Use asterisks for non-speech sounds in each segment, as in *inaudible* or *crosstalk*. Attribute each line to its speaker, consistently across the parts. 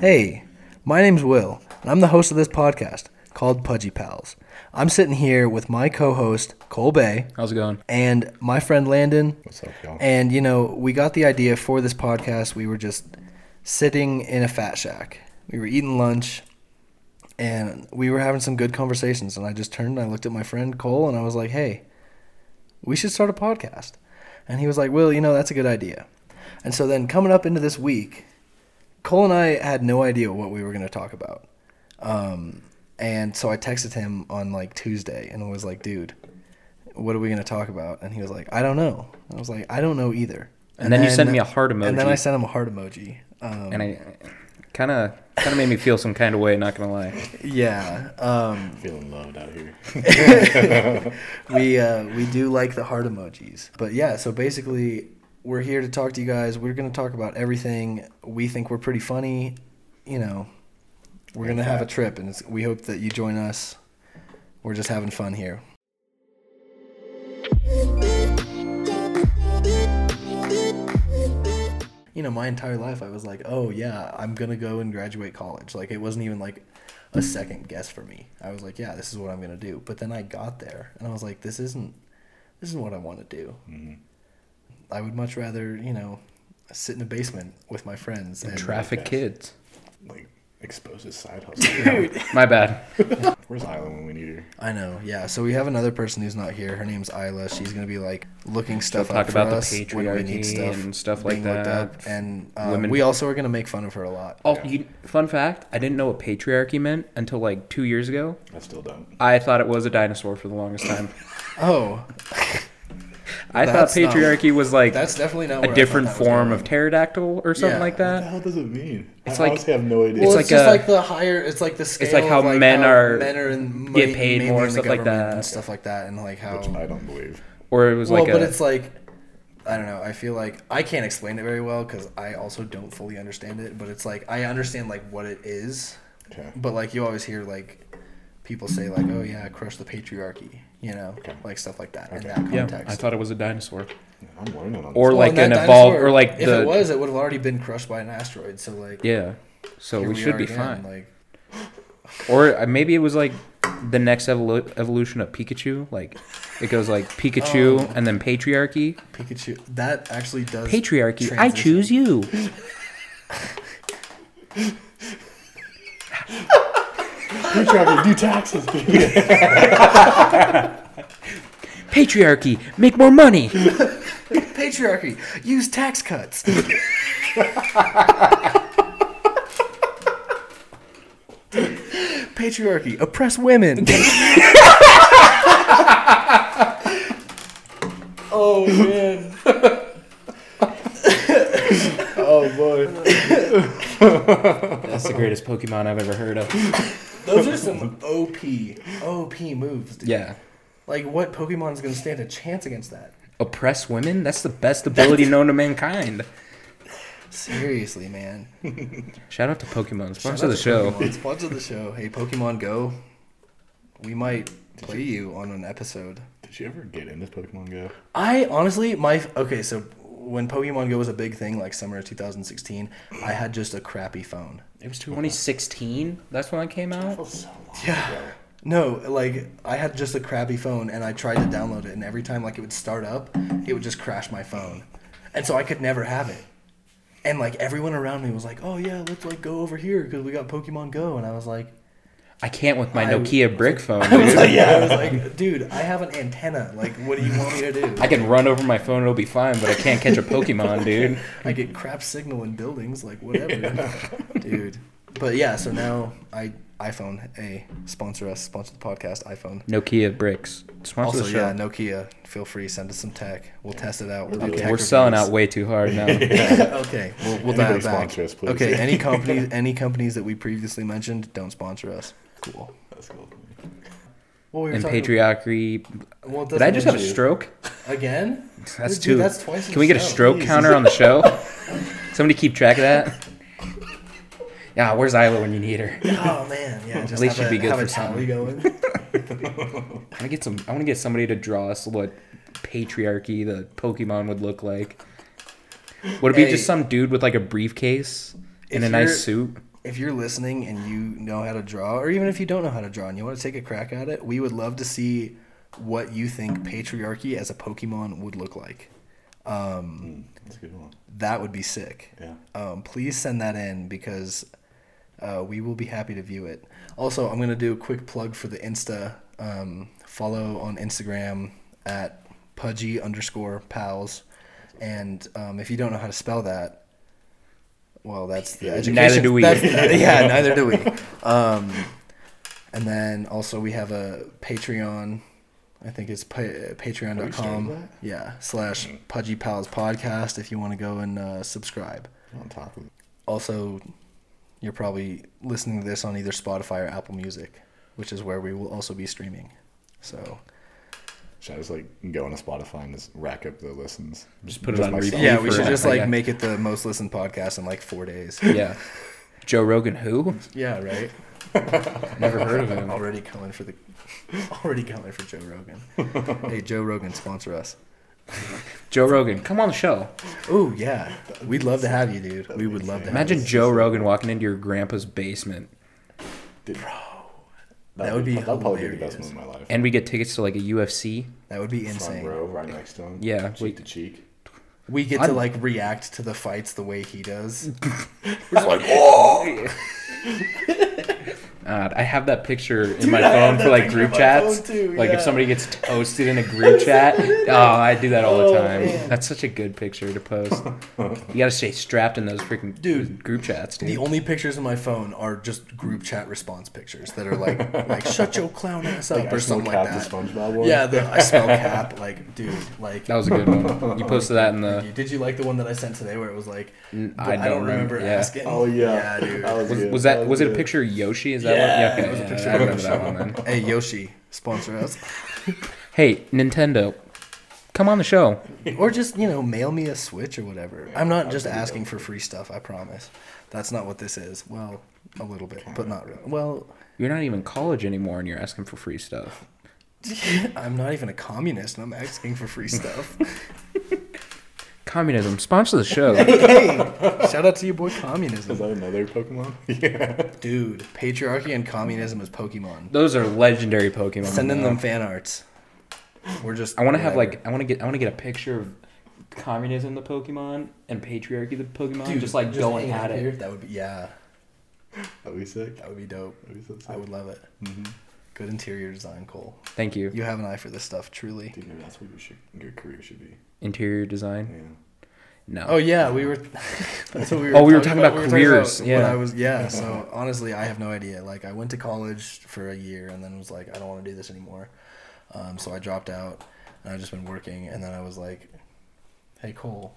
Speaker 1: Hey, my name's Will, and I'm the host of this podcast called Pudgy Pals. I'm sitting here with my co host, Cole Bay,
Speaker 2: How's it going?
Speaker 1: and my friend Landon.
Speaker 3: What's up, y'all?
Speaker 1: And, you know, we got the idea for this podcast. We were just sitting in a fat shack, we were eating lunch, and we were having some good conversations. And I just turned and I looked at my friend Cole, and I was like, hey, we should start a podcast. And he was like, Will, you know, that's a good idea. And so then coming up into this week, Cole and I had no idea what we were going to talk about. Um, and so I texted him on like Tuesday and was like, dude, what are we going to talk about? And he was like, I don't know. And I was like, I don't know either.
Speaker 2: And then you sent me a heart
Speaker 1: And then
Speaker 2: emoji.
Speaker 1: I sent him a heart emoji. Um,
Speaker 2: And I kind of kind of made me feel some kind of way. Not gonna lie.
Speaker 1: yeah. Um,
Speaker 3: Feeling loved out here.
Speaker 1: we uh, we do like the heart emojis. But yeah, so basically, we're here to talk to you guys. We're gonna talk about everything. We think we're pretty funny. You know, we're gonna have a trip, and it's, we hope that you join us. We're just having fun here. You know, my entire life I was like, oh yeah, I'm gonna go and graduate college. Like it wasn't even like a second guess for me. I was like, yeah, this is what I'm gonna do. But then I got there and I was like, this isn't this isn't what I want to do. I would much rather, you know, sit in a basement with my friends and
Speaker 2: Traffic kids.
Speaker 3: Like, expose his side hustle.
Speaker 2: My bad.
Speaker 3: Where's Island when we need her?
Speaker 1: I know, yeah. So we have another person who's not here. Her name's Isla. She's gonna be like looking stuff
Speaker 2: talk
Speaker 1: up for
Speaker 2: about the
Speaker 1: us when we need
Speaker 2: patriarchy
Speaker 1: stuff
Speaker 2: and stuff like
Speaker 1: being looked
Speaker 2: that.
Speaker 1: up. And um,
Speaker 2: Women-
Speaker 1: we also are gonna make fun of her a lot.
Speaker 2: Oh, you, fun fact: I didn't know what patriarchy meant until like two years ago.
Speaker 3: I still don't.
Speaker 2: I thought it was a dinosaur for the longest time.
Speaker 1: Oh,
Speaker 2: I thought
Speaker 1: That's not-
Speaker 2: patriarchy was like
Speaker 1: that's definitely not where
Speaker 2: a
Speaker 1: I
Speaker 2: different
Speaker 1: thought that was going.
Speaker 2: form of pterodactyl or something
Speaker 1: Yeah.
Speaker 2: like
Speaker 3: What the
Speaker 2: that.
Speaker 3: hell does it mean?
Speaker 2: It's
Speaker 3: I
Speaker 2: like-
Speaker 3: honestly have no idea.
Speaker 1: Well, it's,
Speaker 2: like
Speaker 1: just
Speaker 2: a-
Speaker 1: like the higher. It's like the scale.
Speaker 2: like
Speaker 1: of,
Speaker 2: how men
Speaker 1: how
Speaker 2: are-
Speaker 1: men are in
Speaker 2: get
Speaker 1: money-
Speaker 2: paid
Speaker 1: mainly
Speaker 2: more,
Speaker 1: in the
Speaker 2: stuff like
Speaker 1: government
Speaker 2: that.
Speaker 1: and stuff like that, and like how.
Speaker 3: which I don't believe.
Speaker 2: Or it was
Speaker 1: well,
Speaker 2: like
Speaker 1: but
Speaker 2: a.
Speaker 1: it's like I don't know. I feel like I can't explain it very well because I also don't fully understand it. But it's like I understand like what it is,
Speaker 3: Okay.
Speaker 1: but like you always hear like people say like, "Oh yeah, crush the patriarchy," you know,
Speaker 3: Okay.
Speaker 1: like stuff like that in
Speaker 3: Okay.
Speaker 1: that
Speaker 2: yeah,
Speaker 1: context.
Speaker 2: I thought it was a dinosaur.
Speaker 3: I'm learning on
Speaker 2: Or
Speaker 3: this.
Speaker 1: Well,
Speaker 2: like
Speaker 1: and that
Speaker 2: an evolved,
Speaker 1: dinosaur,
Speaker 2: or like
Speaker 1: if
Speaker 2: the
Speaker 1: it was, it would have already been crushed by an asteroid. So like,
Speaker 2: yeah. So
Speaker 1: here
Speaker 2: we should
Speaker 1: are
Speaker 2: be
Speaker 1: again,
Speaker 2: fine.
Speaker 1: Like,
Speaker 2: Or uh, maybe it was like the next evolu- evolution of Pikachu. Like it goes like Pikachu and then patriarchy.
Speaker 1: Pikachu. That actually does
Speaker 2: Patriarchy. I
Speaker 1: transition.
Speaker 2: choose you.
Speaker 3: Patriarchy, do
Speaker 2: *laughs*
Speaker 3: taxes. baby.
Speaker 2: Patriarchy. Make more money.
Speaker 1: patriarchy. Use tax *laughs* cuts. patriarchy. Oppress women. oh man.
Speaker 3: oh boy.
Speaker 2: That's the greatest Pokemon I've ever heard of.
Speaker 1: *laughs* Those are *laughs* some OP OP moves, dude.
Speaker 2: Yeah.
Speaker 1: Like what Pokemon's gonna stand a chance against that?
Speaker 2: Oppress women? That's the best ability known to mankind.
Speaker 1: Seriously, man.
Speaker 2: Shout out to Pokemon,
Speaker 1: Shout
Speaker 2: sponsor
Speaker 1: out
Speaker 2: the
Speaker 1: to
Speaker 2: show.
Speaker 1: Pokemon. Sponsor the show. Hey Pokemon Go. We might play you on an episode.
Speaker 3: Did you ever get into Pokemon Go?
Speaker 1: I honestly, my okay, so when Pokemon Go was a big thing, like summer of 2016, I had just a crappy phone.
Speaker 2: It was 2016. That's when I came out.
Speaker 3: so long.
Speaker 1: Yeah. No, like I had just a crappy phone, and I tried to download it, and every time like it would start up, it would just crash my phone, and so I could never have it. And like everyone around me was like, "Oh yeah, let's like go over here because we got Pokemon Go," and I was like,
Speaker 2: I can't with my
Speaker 1: I-
Speaker 2: Nokia brick phone,
Speaker 1: I was
Speaker 2: dude.
Speaker 1: like, *laughs*
Speaker 2: *laughs*
Speaker 1: yeah. I was like, dude, I have an antenna. Like, what do you want me to do? *laughs*
Speaker 2: I can run over my phone; it'll be fine. But I can't catch a Pokemon, dude.
Speaker 1: I get crap signal in buildings, like *laughs* whatever, dude. But yeah, so now I iPhone a sponsor us, sponsor the podcast iPhone.
Speaker 2: Nokia bricks. Sponsor
Speaker 1: Also,
Speaker 2: the show.
Speaker 1: yeah, Nokia, feel free send us some tech. We'll test it out. We'll do tech
Speaker 2: We're selling
Speaker 1: *laughs*
Speaker 2: out
Speaker 1: reviews.
Speaker 2: way too hard now.
Speaker 1: okay, we'll, we'll dial
Speaker 3: Anybody
Speaker 1: back.
Speaker 3: sponsor us, please.
Speaker 1: okay,
Speaker 2: *laughs*
Speaker 1: any companies, any companies that we previously mentioned, don't sponsor us. Cool.
Speaker 3: That's cool.
Speaker 1: Well, we were
Speaker 2: and
Speaker 1: talking-
Speaker 2: patriarchy.
Speaker 1: well, it
Speaker 2: Did I
Speaker 1: doesn't
Speaker 2: just have a
Speaker 1: mean-
Speaker 2: stroke?
Speaker 1: again?
Speaker 2: That's
Speaker 1: Dude,
Speaker 2: two.
Speaker 1: That's twice. in
Speaker 2: Can we get a
Speaker 1: show.
Speaker 2: stroke
Speaker 3: Jeez.
Speaker 2: counter
Speaker 1: *laughs*
Speaker 2: on the show? Somebody keep track of that. Yeah, where's Isla when you need her?
Speaker 1: Oh man,
Speaker 2: *laughs*
Speaker 1: yeah. Just
Speaker 2: least
Speaker 1: have
Speaker 2: she'd
Speaker 1: a,
Speaker 2: be good
Speaker 1: have
Speaker 2: for
Speaker 1: a tally
Speaker 2: something.
Speaker 1: going.
Speaker 2: *laughs* I want to get some. I want to get somebody to draw us what patriarchy the Pokemon would look like. Would it be
Speaker 1: Hey.
Speaker 2: just some dude with like a briefcase and
Speaker 1: If
Speaker 2: a nice
Speaker 1: you're-
Speaker 2: suit?
Speaker 1: if you're listening and you know how to draw, or even if you don't know how to draw and you want to take a crack at it, we would love to see what you think patriarchy as a Pokemon would look like.
Speaker 3: Mm, that's a good one.
Speaker 1: That would be sick.
Speaker 3: Yeah.
Speaker 1: Um, please send that in because uh, we will be happy to view it. Also, I'm gonna do a quick plug for the Insta. Um, follow on Instagram at pudgy underscore pals. And um, if you don't know how to spell that, well, that's the education.
Speaker 2: Neither do we. *laughs*
Speaker 1: that's- yeah, neither do we. Um, and then also we have a Patreon. I think it's pa-
Speaker 3: we started
Speaker 1: patreon.com.
Speaker 3: that?
Speaker 1: Yeah, slash Pudgy Pals Podcast if you want to go and uh, subscribe.
Speaker 3: On top of it.
Speaker 1: Also, you're probably listening to this on either Spotify or Apple Music, which is where we will also be streaming. So,
Speaker 3: Should I just like go on a Spotify and just rack up the listens?
Speaker 2: Just put it on
Speaker 3: myself?
Speaker 2: repeat
Speaker 1: yeah, we
Speaker 2: for-
Speaker 1: should just like
Speaker 2: yeah.
Speaker 1: make it the most listened podcast in like four days.
Speaker 2: Yeah. Joe Rogan, who?
Speaker 1: *laughs* Yeah, right.
Speaker 2: Never heard of him.
Speaker 1: Already coming for the, *laughs* already coming for Joe *laughs* Rogan. hey, Joe Rogan, sponsor us.
Speaker 2: Joe Rogan, come on the show.
Speaker 1: Oh yeah, we'd love to have you, dude. We would love to. Have
Speaker 2: Imagine
Speaker 1: you.
Speaker 2: Joe Rogan walking into your grandpa's basement
Speaker 1: That would be
Speaker 3: That'd probably be the best
Speaker 1: hilarious.
Speaker 3: one of my life.
Speaker 2: and we get tickets to like a UFC.
Speaker 1: that would be
Speaker 3: Front
Speaker 1: insane.
Speaker 3: row, right next to him.
Speaker 2: Yeah,
Speaker 3: Cheek
Speaker 2: we-
Speaker 3: to cheek.
Speaker 1: We get to
Speaker 2: I'm-
Speaker 1: like react to the fights the way he does.
Speaker 3: We're just like, oh!
Speaker 2: God, I have that picture in my phone for like group chats.
Speaker 1: too,
Speaker 2: Like
Speaker 1: yeah.
Speaker 2: if
Speaker 1: *laughs*
Speaker 2: somebody gets toasted in a group chat, oh, I do that all the time.
Speaker 1: man.
Speaker 2: That's such a good picture
Speaker 1: *laughs*
Speaker 2: to post. you gotta stay strapped in those freaking
Speaker 1: Dude.
Speaker 2: group chats,
Speaker 1: The
Speaker 2: dude.
Speaker 1: only pictures in my phone are just group chat response pictures that are
Speaker 3: *laughs*
Speaker 1: like like shut your clown ass up or
Speaker 3: Actual
Speaker 1: something
Speaker 3: Cap
Speaker 1: like that.
Speaker 3: The SpongeBob one.
Speaker 1: Yeah, the I spell cap like dude like.
Speaker 2: that was a good one.
Speaker 1: *laughs*
Speaker 2: You posted that in the.
Speaker 1: Did you like the one that I sent today where it was like
Speaker 2: Mm,
Speaker 1: I
Speaker 2: I
Speaker 1: don't,
Speaker 2: don't
Speaker 1: remember
Speaker 2: remember, yeah.
Speaker 1: asking?
Speaker 3: *laughs* Oh
Speaker 1: yeah,
Speaker 3: yeah.
Speaker 1: dude.
Speaker 3: *laughs* That was,
Speaker 2: Was,
Speaker 3: good.
Speaker 2: was that was it a
Speaker 3: good.
Speaker 2: picture of Yoshi? Is that
Speaker 1: Yeah,
Speaker 2: what? Yeah, okay,
Speaker 1: it was a
Speaker 2: yeah,
Speaker 1: picture
Speaker 2: I
Speaker 1: of
Speaker 2: remember
Speaker 1: Yoshi.
Speaker 2: that one. Then.
Speaker 1: Hey Yoshi, sponsor us,
Speaker 2: Hey, Nintendo, come on the show.
Speaker 1: or just you know mail me a Switch or whatever. I'm not just asking for free stuff. I promise. That's not what this is. Well, a little bit, but not really. Well,
Speaker 2: You're not even in college anymore, and you're asking for free stuff.
Speaker 1: I'm not even a communist, and I'm asking for free
Speaker 2: *laughs*
Speaker 1: stuff.
Speaker 2: Communism sponsor
Speaker 1: *laughs*
Speaker 2: the show.
Speaker 1: hey, shout out to your boy
Speaker 3: Is
Speaker 1: communism,
Speaker 3: that another Pokemon? *laughs* yeah.
Speaker 1: dude. Patriarchy and communism is Pokemon.
Speaker 2: Those are legendary Pokemon.
Speaker 1: Sending
Speaker 2: though.
Speaker 1: them fan arts. We're just.
Speaker 2: I want to have
Speaker 1: whatever.
Speaker 2: like I want to get I want to get a picture of communism the Pokemon and patriarchy the Pokemon just like going
Speaker 1: hang out
Speaker 2: at it.
Speaker 1: here. That would be yeah.
Speaker 3: That'd be sick.
Speaker 1: That would be dope.
Speaker 3: That'd be so sick.
Speaker 1: I would love it.
Speaker 3: Mhm.
Speaker 2: Mm-hmm.
Speaker 1: Good interior design, Cole.
Speaker 2: Thank you.
Speaker 1: You have an eye for this stuff, truly.
Speaker 3: Dude, maybe that's what your, should, your career should be.
Speaker 2: Interior design?
Speaker 3: Yeah.
Speaker 2: No.
Speaker 1: Oh yeah, we *laughs* were. that's what we were.
Speaker 2: Oh, we were talking about
Speaker 1: we were
Speaker 2: careers,
Speaker 1: when
Speaker 2: yeah.
Speaker 1: I was yeah. So honestly, I have no idea. Like I went to college for a year and then was like, I don't want to do this anymore. Um, so I dropped out and I've just been working. And then I was like, Hey Cole,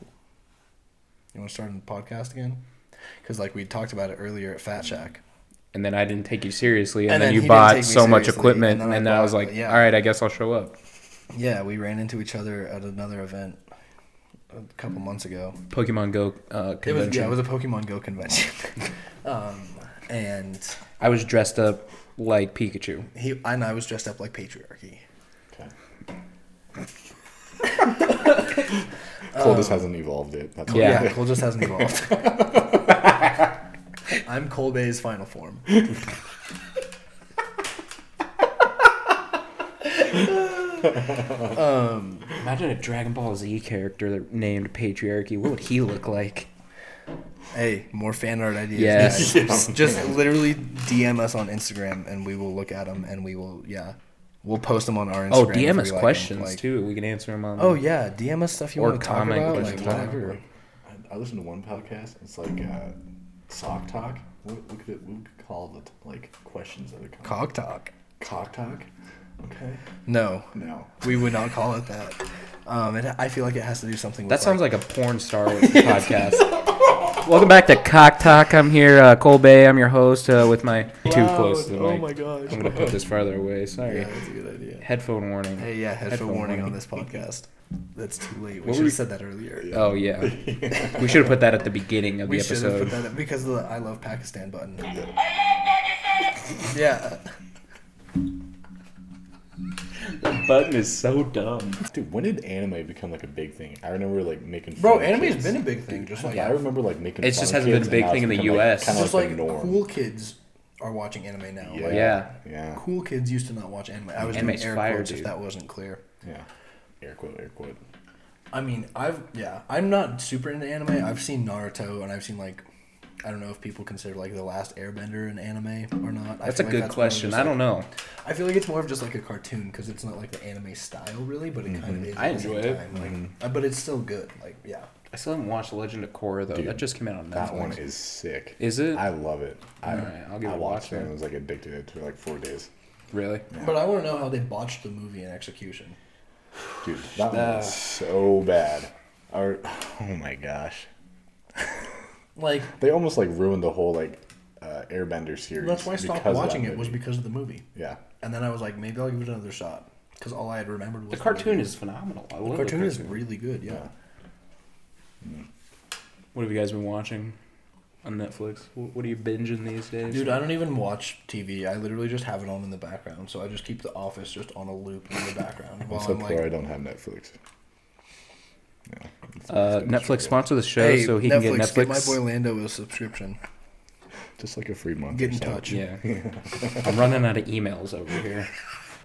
Speaker 1: you want to start a podcast again? Because like we talked about it earlier at Fat Shack.
Speaker 2: And then I didn't take you seriously, and,
Speaker 1: And
Speaker 2: then,
Speaker 1: then he
Speaker 2: you
Speaker 1: didn't take me
Speaker 2: bought so much
Speaker 1: seriously,
Speaker 2: equipment,
Speaker 1: and then
Speaker 2: and
Speaker 1: I
Speaker 2: then, I
Speaker 1: bought-
Speaker 2: was like,
Speaker 1: yeah.
Speaker 2: all right, I guess I'll show up.
Speaker 1: Yeah, we ran into each other at another event a couple months ago.
Speaker 2: Pokemon Go uh,
Speaker 1: It
Speaker 2: convention.
Speaker 1: was yeah, it was a Pokemon Go convention. *laughs* um, and
Speaker 2: I was dressed up like Pikachu.
Speaker 1: he and I was dressed up like patriarchy.
Speaker 3: Okay. Cole just hasn't evolved it. That's
Speaker 2: Yeah.
Speaker 1: Yeah, Cole just hasn't evolved.
Speaker 2: *laughs*
Speaker 1: I'm Cole Bay's final form.
Speaker 2: Imagine a Dragon Ball Z character that named Patriarchy. What would he look like?
Speaker 1: Hey, more fan art ideas.
Speaker 2: Yes.
Speaker 1: guys. Just- Just literally DM us on Instagram and we will look at them and we will, yeah. We'll post them on our Instagram.
Speaker 2: Oh,
Speaker 1: if
Speaker 2: DM
Speaker 1: we
Speaker 2: us
Speaker 1: like 'em,
Speaker 2: questions
Speaker 1: like-
Speaker 2: too. We can answer them on.
Speaker 1: Oh, yeah. DM us stuff you
Speaker 2: Or
Speaker 1: want to talk
Speaker 2: comment
Speaker 1: about. Like,
Speaker 2: questions,
Speaker 1: whatever.
Speaker 3: Like, I, I listened to one podcast. It's like uh, sock talk. What, what could it? What would you call it? Like questions that are coming.
Speaker 1: Cog talk.
Speaker 3: cock talk. Okay.
Speaker 1: No,
Speaker 3: No.
Speaker 1: we would not call it that. Um, it, I feel like it has to do something with
Speaker 2: That sounds like a porn star with
Speaker 1: *laughs*
Speaker 2: the podcast. Welcome back to Cock Talk. I'm here, uh, Cole Bay. I'm your host uh, with my too close to
Speaker 3: oh
Speaker 2: the mic.
Speaker 1: Oh gosh.
Speaker 2: I'm gonna
Speaker 3: *laughs*
Speaker 2: put this farther away. Sorry.
Speaker 1: Yeah, that's a good idea.
Speaker 2: Headphone warning.
Speaker 1: Hey, Uh, yeah, headphone,
Speaker 2: Headphone
Speaker 1: warning, on
Speaker 2: warning.
Speaker 1: this podcast. That's too late. We should
Speaker 2: What were you-
Speaker 1: have said that earlier.
Speaker 2: Oh
Speaker 1: *laughs*
Speaker 2: yeah. we should have put that at the beginning of
Speaker 1: We
Speaker 2: the
Speaker 1: should have put
Speaker 2: episode.
Speaker 1: that up because of the I love Pakistan button. yeah.
Speaker 4: button is so dumb.
Speaker 3: Dude, when did anime become like a big thing? I remember like making.
Speaker 1: Bro,
Speaker 3: fun of
Speaker 1: anime's
Speaker 3: kids.
Speaker 1: been a big thing, just like
Speaker 3: I remember like making.
Speaker 2: It
Speaker 3: fun
Speaker 2: just
Speaker 3: of
Speaker 2: hasn't been a
Speaker 3: kids,
Speaker 2: big
Speaker 3: and now
Speaker 2: thing in
Speaker 3: it's
Speaker 2: the
Speaker 3: become, like,
Speaker 2: US.
Speaker 3: kinda
Speaker 2: Just
Speaker 1: just like
Speaker 3: the norm.
Speaker 1: cool kids are watching anime now.
Speaker 3: Yeah.
Speaker 1: Like
Speaker 2: Yeah.
Speaker 3: Yeah.
Speaker 1: cool kids used to not watch anime. I was
Speaker 2: Anime's
Speaker 1: doing air
Speaker 2: fire,
Speaker 1: quotes if
Speaker 2: dude.
Speaker 1: that wasn't clear.
Speaker 3: Yeah. Air quote. Air quote.
Speaker 1: I mean, I've yeah, I'm not super into anime. I've seen Naruto and I've seen like I don't know if people consider like the last Airbender an anime or not. I
Speaker 2: That's a
Speaker 1: feel like
Speaker 2: good
Speaker 1: more of
Speaker 2: question.
Speaker 1: just,
Speaker 2: I don't
Speaker 1: like-
Speaker 2: know.
Speaker 1: I feel like it's more of just like a cartoon because it's not like the anime style really, but it kind of is.
Speaker 2: Mm-hmm. I
Speaker 1: at the same
Speaker 2: enjoy it. Mm-hmm.
Speaker 1: time, Like, uh, but it's still good. Like yeah,
Speaker 2: I still haven't watched Legend of Korra though.
Speaker 3: Dude,
Speaker 2: that just came out on Netflix.
Speaker 3: That one is sick.
Speaker 2: Is it?
Speaker 3: I love it. I,
Speaker 2: Alright, I'll give
Speaker 3: I
Speaker 2: it a
Speaker 3: watched
Speaker 2: watch
Speaker 3: it and
Speaker 2: then.
Speaker 3: was like addicted to it for like four days.
Speaker 2: really?
Speaker 1: but I want to know how they botched the movie in execution.
Speaker 3: Dude, that
Speaker 2: Ah.
Speaker 3: one was so bad. Our, *sighs* oh my gosh.
Speaker 1: Like
Speaker 3: They almost like ruined the whole like uh, Airbender series.
Speaker 1: that's why I stopped
Speaker 3: because of that
Speaker 1: watching it was
Speaker 3: movie.
Speaker 1: because of the movie.
Speaker 3: Yeah.
Speaker 1: And then I was like, maybe I'll give it another shot because all I had remembered was
Speaker 2: The
Speaker 1: movie.
Speaker 2: cartoon is phenomenal. I love the
Speaker 1: Cartoon
Speaker 2: cartoon.
Speaker 1: is really good. Yeah.
Speaker 2: What have you guys been watching on Netflix? Wh- What are you binging these days?
Speaker 1: Dude, I don't even watch TV. I literally just have it on in the background, so I just keep The Office just on a loop in the
Speaker 2: *laughs*
Speaker 1: background
Speaker 3: I'm
Speaker 1: while
Speaker 3: so
Speaker 1: I'm
Speaker 3: poor I
Speaker 1: like,
Speaker 3: don't have Netflix. Yeah.
Speaker 2: uh, Netflix sponsor the show
Speaker 1: "Hey,
Speaker 2: so he
Speaker 1: Netflix,
Speaker 2: can get Netflix.
Speaker 1: get my boy Lando a subscription.
Speaker 3: Just like a free month.
Speaker 1: Get
Speaker 3: or
Speaker 1: in
Speaker 3: so.
Speaker 1: touch.
Speaker 2: yeah. I'm running out of emails over here.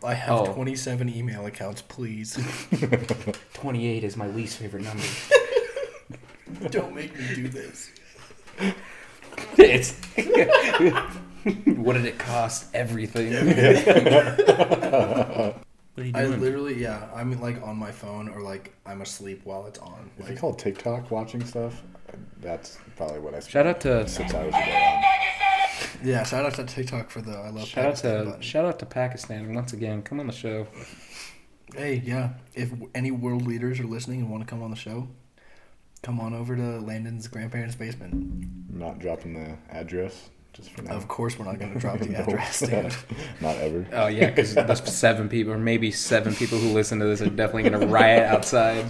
Speaker 1: I have
Speaker 2: Oh.
Speaker 1: 27 email accounts. Please *laughs*
Speaker 2: 28 is my least favorite number.
Speaker 1: don't make me do this."
Speaker 2: it's *laughs* what did it cost? Everything.
Speaker 1: *laughs*
Speaker 2: *laughs* what are you
Speaker 1: I
Speaker 2: doing?
Speaker 1: literally, yeah, I'm like on my phone or like I'm asleep while it's on.
Speaker 3: Is it
Speaker 1: Like,
Speaker 3: called TikTok watching stuff? That's probably what I spent
Speaker 2: shout out to
Speaker 3: six hours a day
Speaker 1: yeah, shout out to TikTok for the I love
Speaker 2: shout out
Speaker 1: Pakistan
Speaker 2: to
Speaker 1: button.
Speaker 2: shout out to Pakistan once again. Come on the show.
Speaker 1: Hey, yeah. If w- any world leaders are listening and want to come on the show, come on over to Landon's grandparents' basement.
Speaker 3: on. I'm not dropping the address just for now. *laughs*
Speaker 1: Of course, we're not going
Speaker 2: *laughs*
Speaker 1: to drop the
Speaker 3: No. *laughs*
Speaker 1: address, dude. Uh,
Speaker 3: not ever.
Speaker 2: Oh yeah, because the seven people, or maybe seven people who listen to this, are definitely gonna riot outside.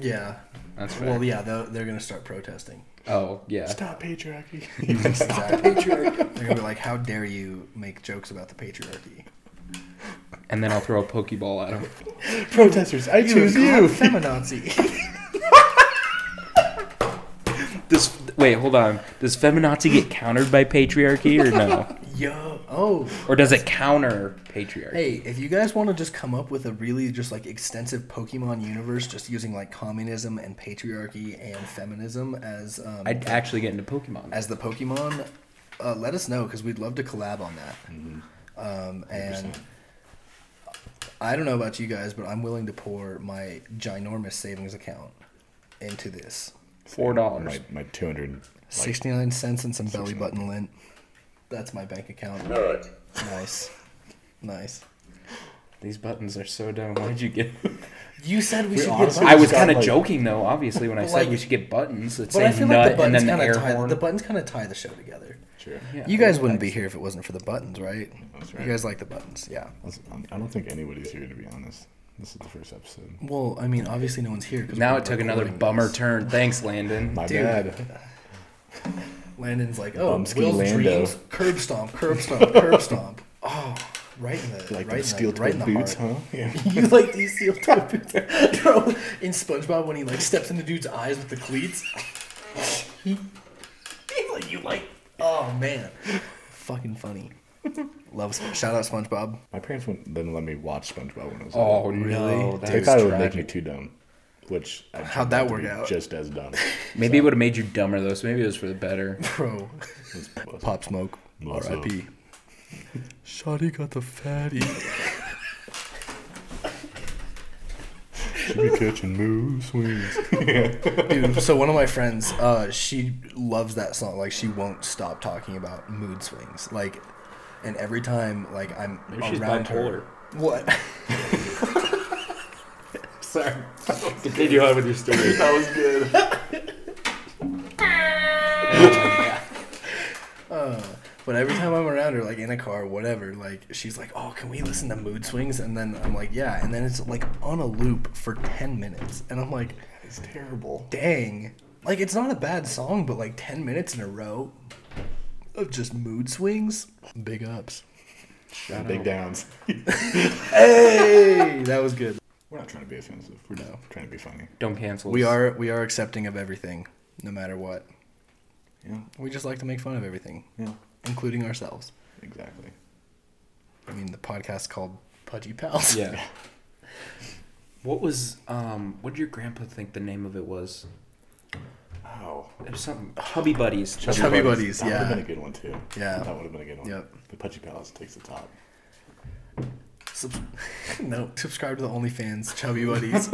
Speaker 1: Yeah.
Speaker 2: That's right.
Speaker 1: Well, yeah, they're, they're going to start
Speaker 2: *laughs*
Speaker 1: protesting.
Speaker 2: oh yeah.
Speaker 3: Stop patriarchy. *laughs*
Speaker 1: Exactly. They're going to be like, how dare you make jokes about the patriarchy?
Speaker 2: And then I'll throw a pokeball at him.
Speaker 3: Protesters, I choose
Speaker 1: God,
Speaker 3: you.
Speaker 1: Feminazi.
Speaker 2: This wait, hold on. Does feminazi get countered by patriarchy or no?
Speaker 1: Yo. Oh.
Speaker 2: Or does it counter patriarchy?
Speaker 1: Hey, if you guys want to just come up with a really just like extensive Pokemon universe, just using like communism and patriarchy and feminism as um,
Speaker 2: I'd actually get into Pokemon.
Speaker 1: as the Pokemon, uh, let us know because we'd love to collab on that.
Speaker 3: Mm-hmm.
Speaker 1: Um, and I don't know about you guys, but I'm willing to pour my ginormous savings account into this.
Speaker 2: Four dollars.
Speaker 3: My, my 200. Like,
Speaker 1: 69 cents and some belly button lint. That's my bank account.
Speaker 4: All right.
Speaker 1: Nice. Nice.
Speaker 2: These buttons are so dumb. Why did you get?
Speaker 1: You said we, should
Speaker 3: honestly-
Speaker 1: get
Speaker 2: *laughs* I was
Speaker 3: got,
Speaker 2: kind of
Speaker 3: like-
Speaker 2: joking though. Obviously, when I
Speaker 1: But,
Speaker 2: said we
Speaker 1: like-
Speaker 2: should get buttons that
Speaker 1: But I
Speaker 2: say
Speaker 1: feel like the
Speaker 2: nut and
Speaker 1: buttons
Speaker 2: then the
Speaker 1: kind
Speaker 2: air
Speaker 1: of tie
Speaker 2: horn.
Speaker 1: the buttons kind of tie the show together.
Speaker 3: sure.
Speaker 2: Yeah.
Speaker 1: You guys wouldn't be here if it wasn't for the buttons, right?
Speaker 3: That's
Speaker 1: You
Speaker 3: right.
Speaker 1: guys like the buttons, yeah.
Speaker 3: That's- I'm- I don't think anybody's here, to be honest. This is the first episode.
Speaker 1: Well, I mean, obviously no one's here. 'cause
Speaker 2: Now
Speaker 1: we're
Speaker 2: it took another
Speaker 1: recording
Speaker 2: bummer
Speaker 1: this.
Speaker 2: turn. Thanks, Landon.
Speaker 3: My
Speaker 1: Dude.
Speaker 3: bad.
Speaker 1: Landon's like, oh,
Speaker 3: Bumsky
Speaker 1: Will's
Speaker 3: Lando.
Speaker 1: dreams, curb stomp, curb stomp, curb
Speaker 3: *laughs*
Speaker 1: stomp. Oh, right in the
Speaker 3: Like
Speaker 1: right in
Speaker 3: them steel
Speaker 1: the, right
Speaker 3: toed
Speaker 1: in the
Speaker 3: boots,
Speaker 1: heart.
Speaker 3: huh? Yeah.
Speaker 1: *laughs* you like these steel toed boots, bro? In SpongeBob, when he like steps into dude's eyes with the cleats, He's like, you like, oh man, fucking funny. Love, Sp- shout out SpongeBob.
Speaker 3: My parents wouldn't then let me watch SpongeBob when I was little.
Speaker 2: Oh no, that
Speaker 3: They
Speaker 2: is
Speaker 3: thought it would
Speaker 2: tragic.
Speaker 3: make me too dumb, which I
Speaker 1: How'd
Speaker 3: turned
Speaker 1: that
Speaker 3: to
Speaker 1: work
Speaker 3: be
Speaker 1: out?
Speaker 3: Just
Speaker 1: *laughs*
Speaker 3: as dumb.
Speaker 2: Maybe it would have made you dumber though, so maybe it was for the better.
Speaker 1: Bro,
Speaker 3: It's- *laughs*
Speaker 1: Pop Smoke,
Speaker 3: What's up?
Speaker 1: R.I.P. Shotty got the fatty.
Speaker 3: She be catching moose wings.
Speaker 1: Dude, so one of my friends, uh, she loves that song. Like she won't stop talking about mood swings. Like, and every time like I'm
Speaker 4: Maybe she's
Speaker 1: around her, what?
Speaker 4: *laughs* Sorry. Continue on with your story.
Speaker 3: That was good.
Speaker 1: But every time I'm around her, like in a car, whatever, like she's like, "Oh, can we listen to mood swings?" And then I'm like, "Yeah." And then it's like on a loop for ten minutes, and I'm like,
Speaker 3: It's terrible.
Speaker 1: "Dang!" Like it's not a bad song, but like ten minutes in a row of just mood swings, big ups.
Speaker 2: Shout
Speaker 3: Big
Speaker 2: out.
Speaker 3: downs.
Speaker 1: Hey, that was good.
Speaker 3: We're not trying to be offensive. We're just trying to be funny.
Speaker 2: Don't cancel.
Speaker 1: We
Speaker 2: us.
Speaker 1: are we are accepting of everything, no matter what.
Speaker 3: Yeah,
Speaker 1: We just like to make fun of everything,
Speaker 3: yeah,
Speaker 1: including ourselves.
Speaker 3: exactly.
Speaker 1: I mean, the podcast's called Pudgy Pals. *laughs*
Speaker 2: Yeah. What was um? What did your grandpa think the name of it was?
Speaker 3: Oh,
Speaker 2: It was something. Chubby Buddies. Chubby.
Speaker 1: Chubby Buddies.
Speaker 3: that would have been
Speaker 1: Yeah.
Speaker 3: a good one too.
Speaker 1: Yeah.
Speaker 3: that would have been a good one.
Speaker 1: Yep.
Speaker 3: The Pudgy Palace takes
Speaker 1: *laughs*
Speaker 3: the top.
Speaker 1: Subs- no, subscribe to the OnlyFans, Chubby Buddies.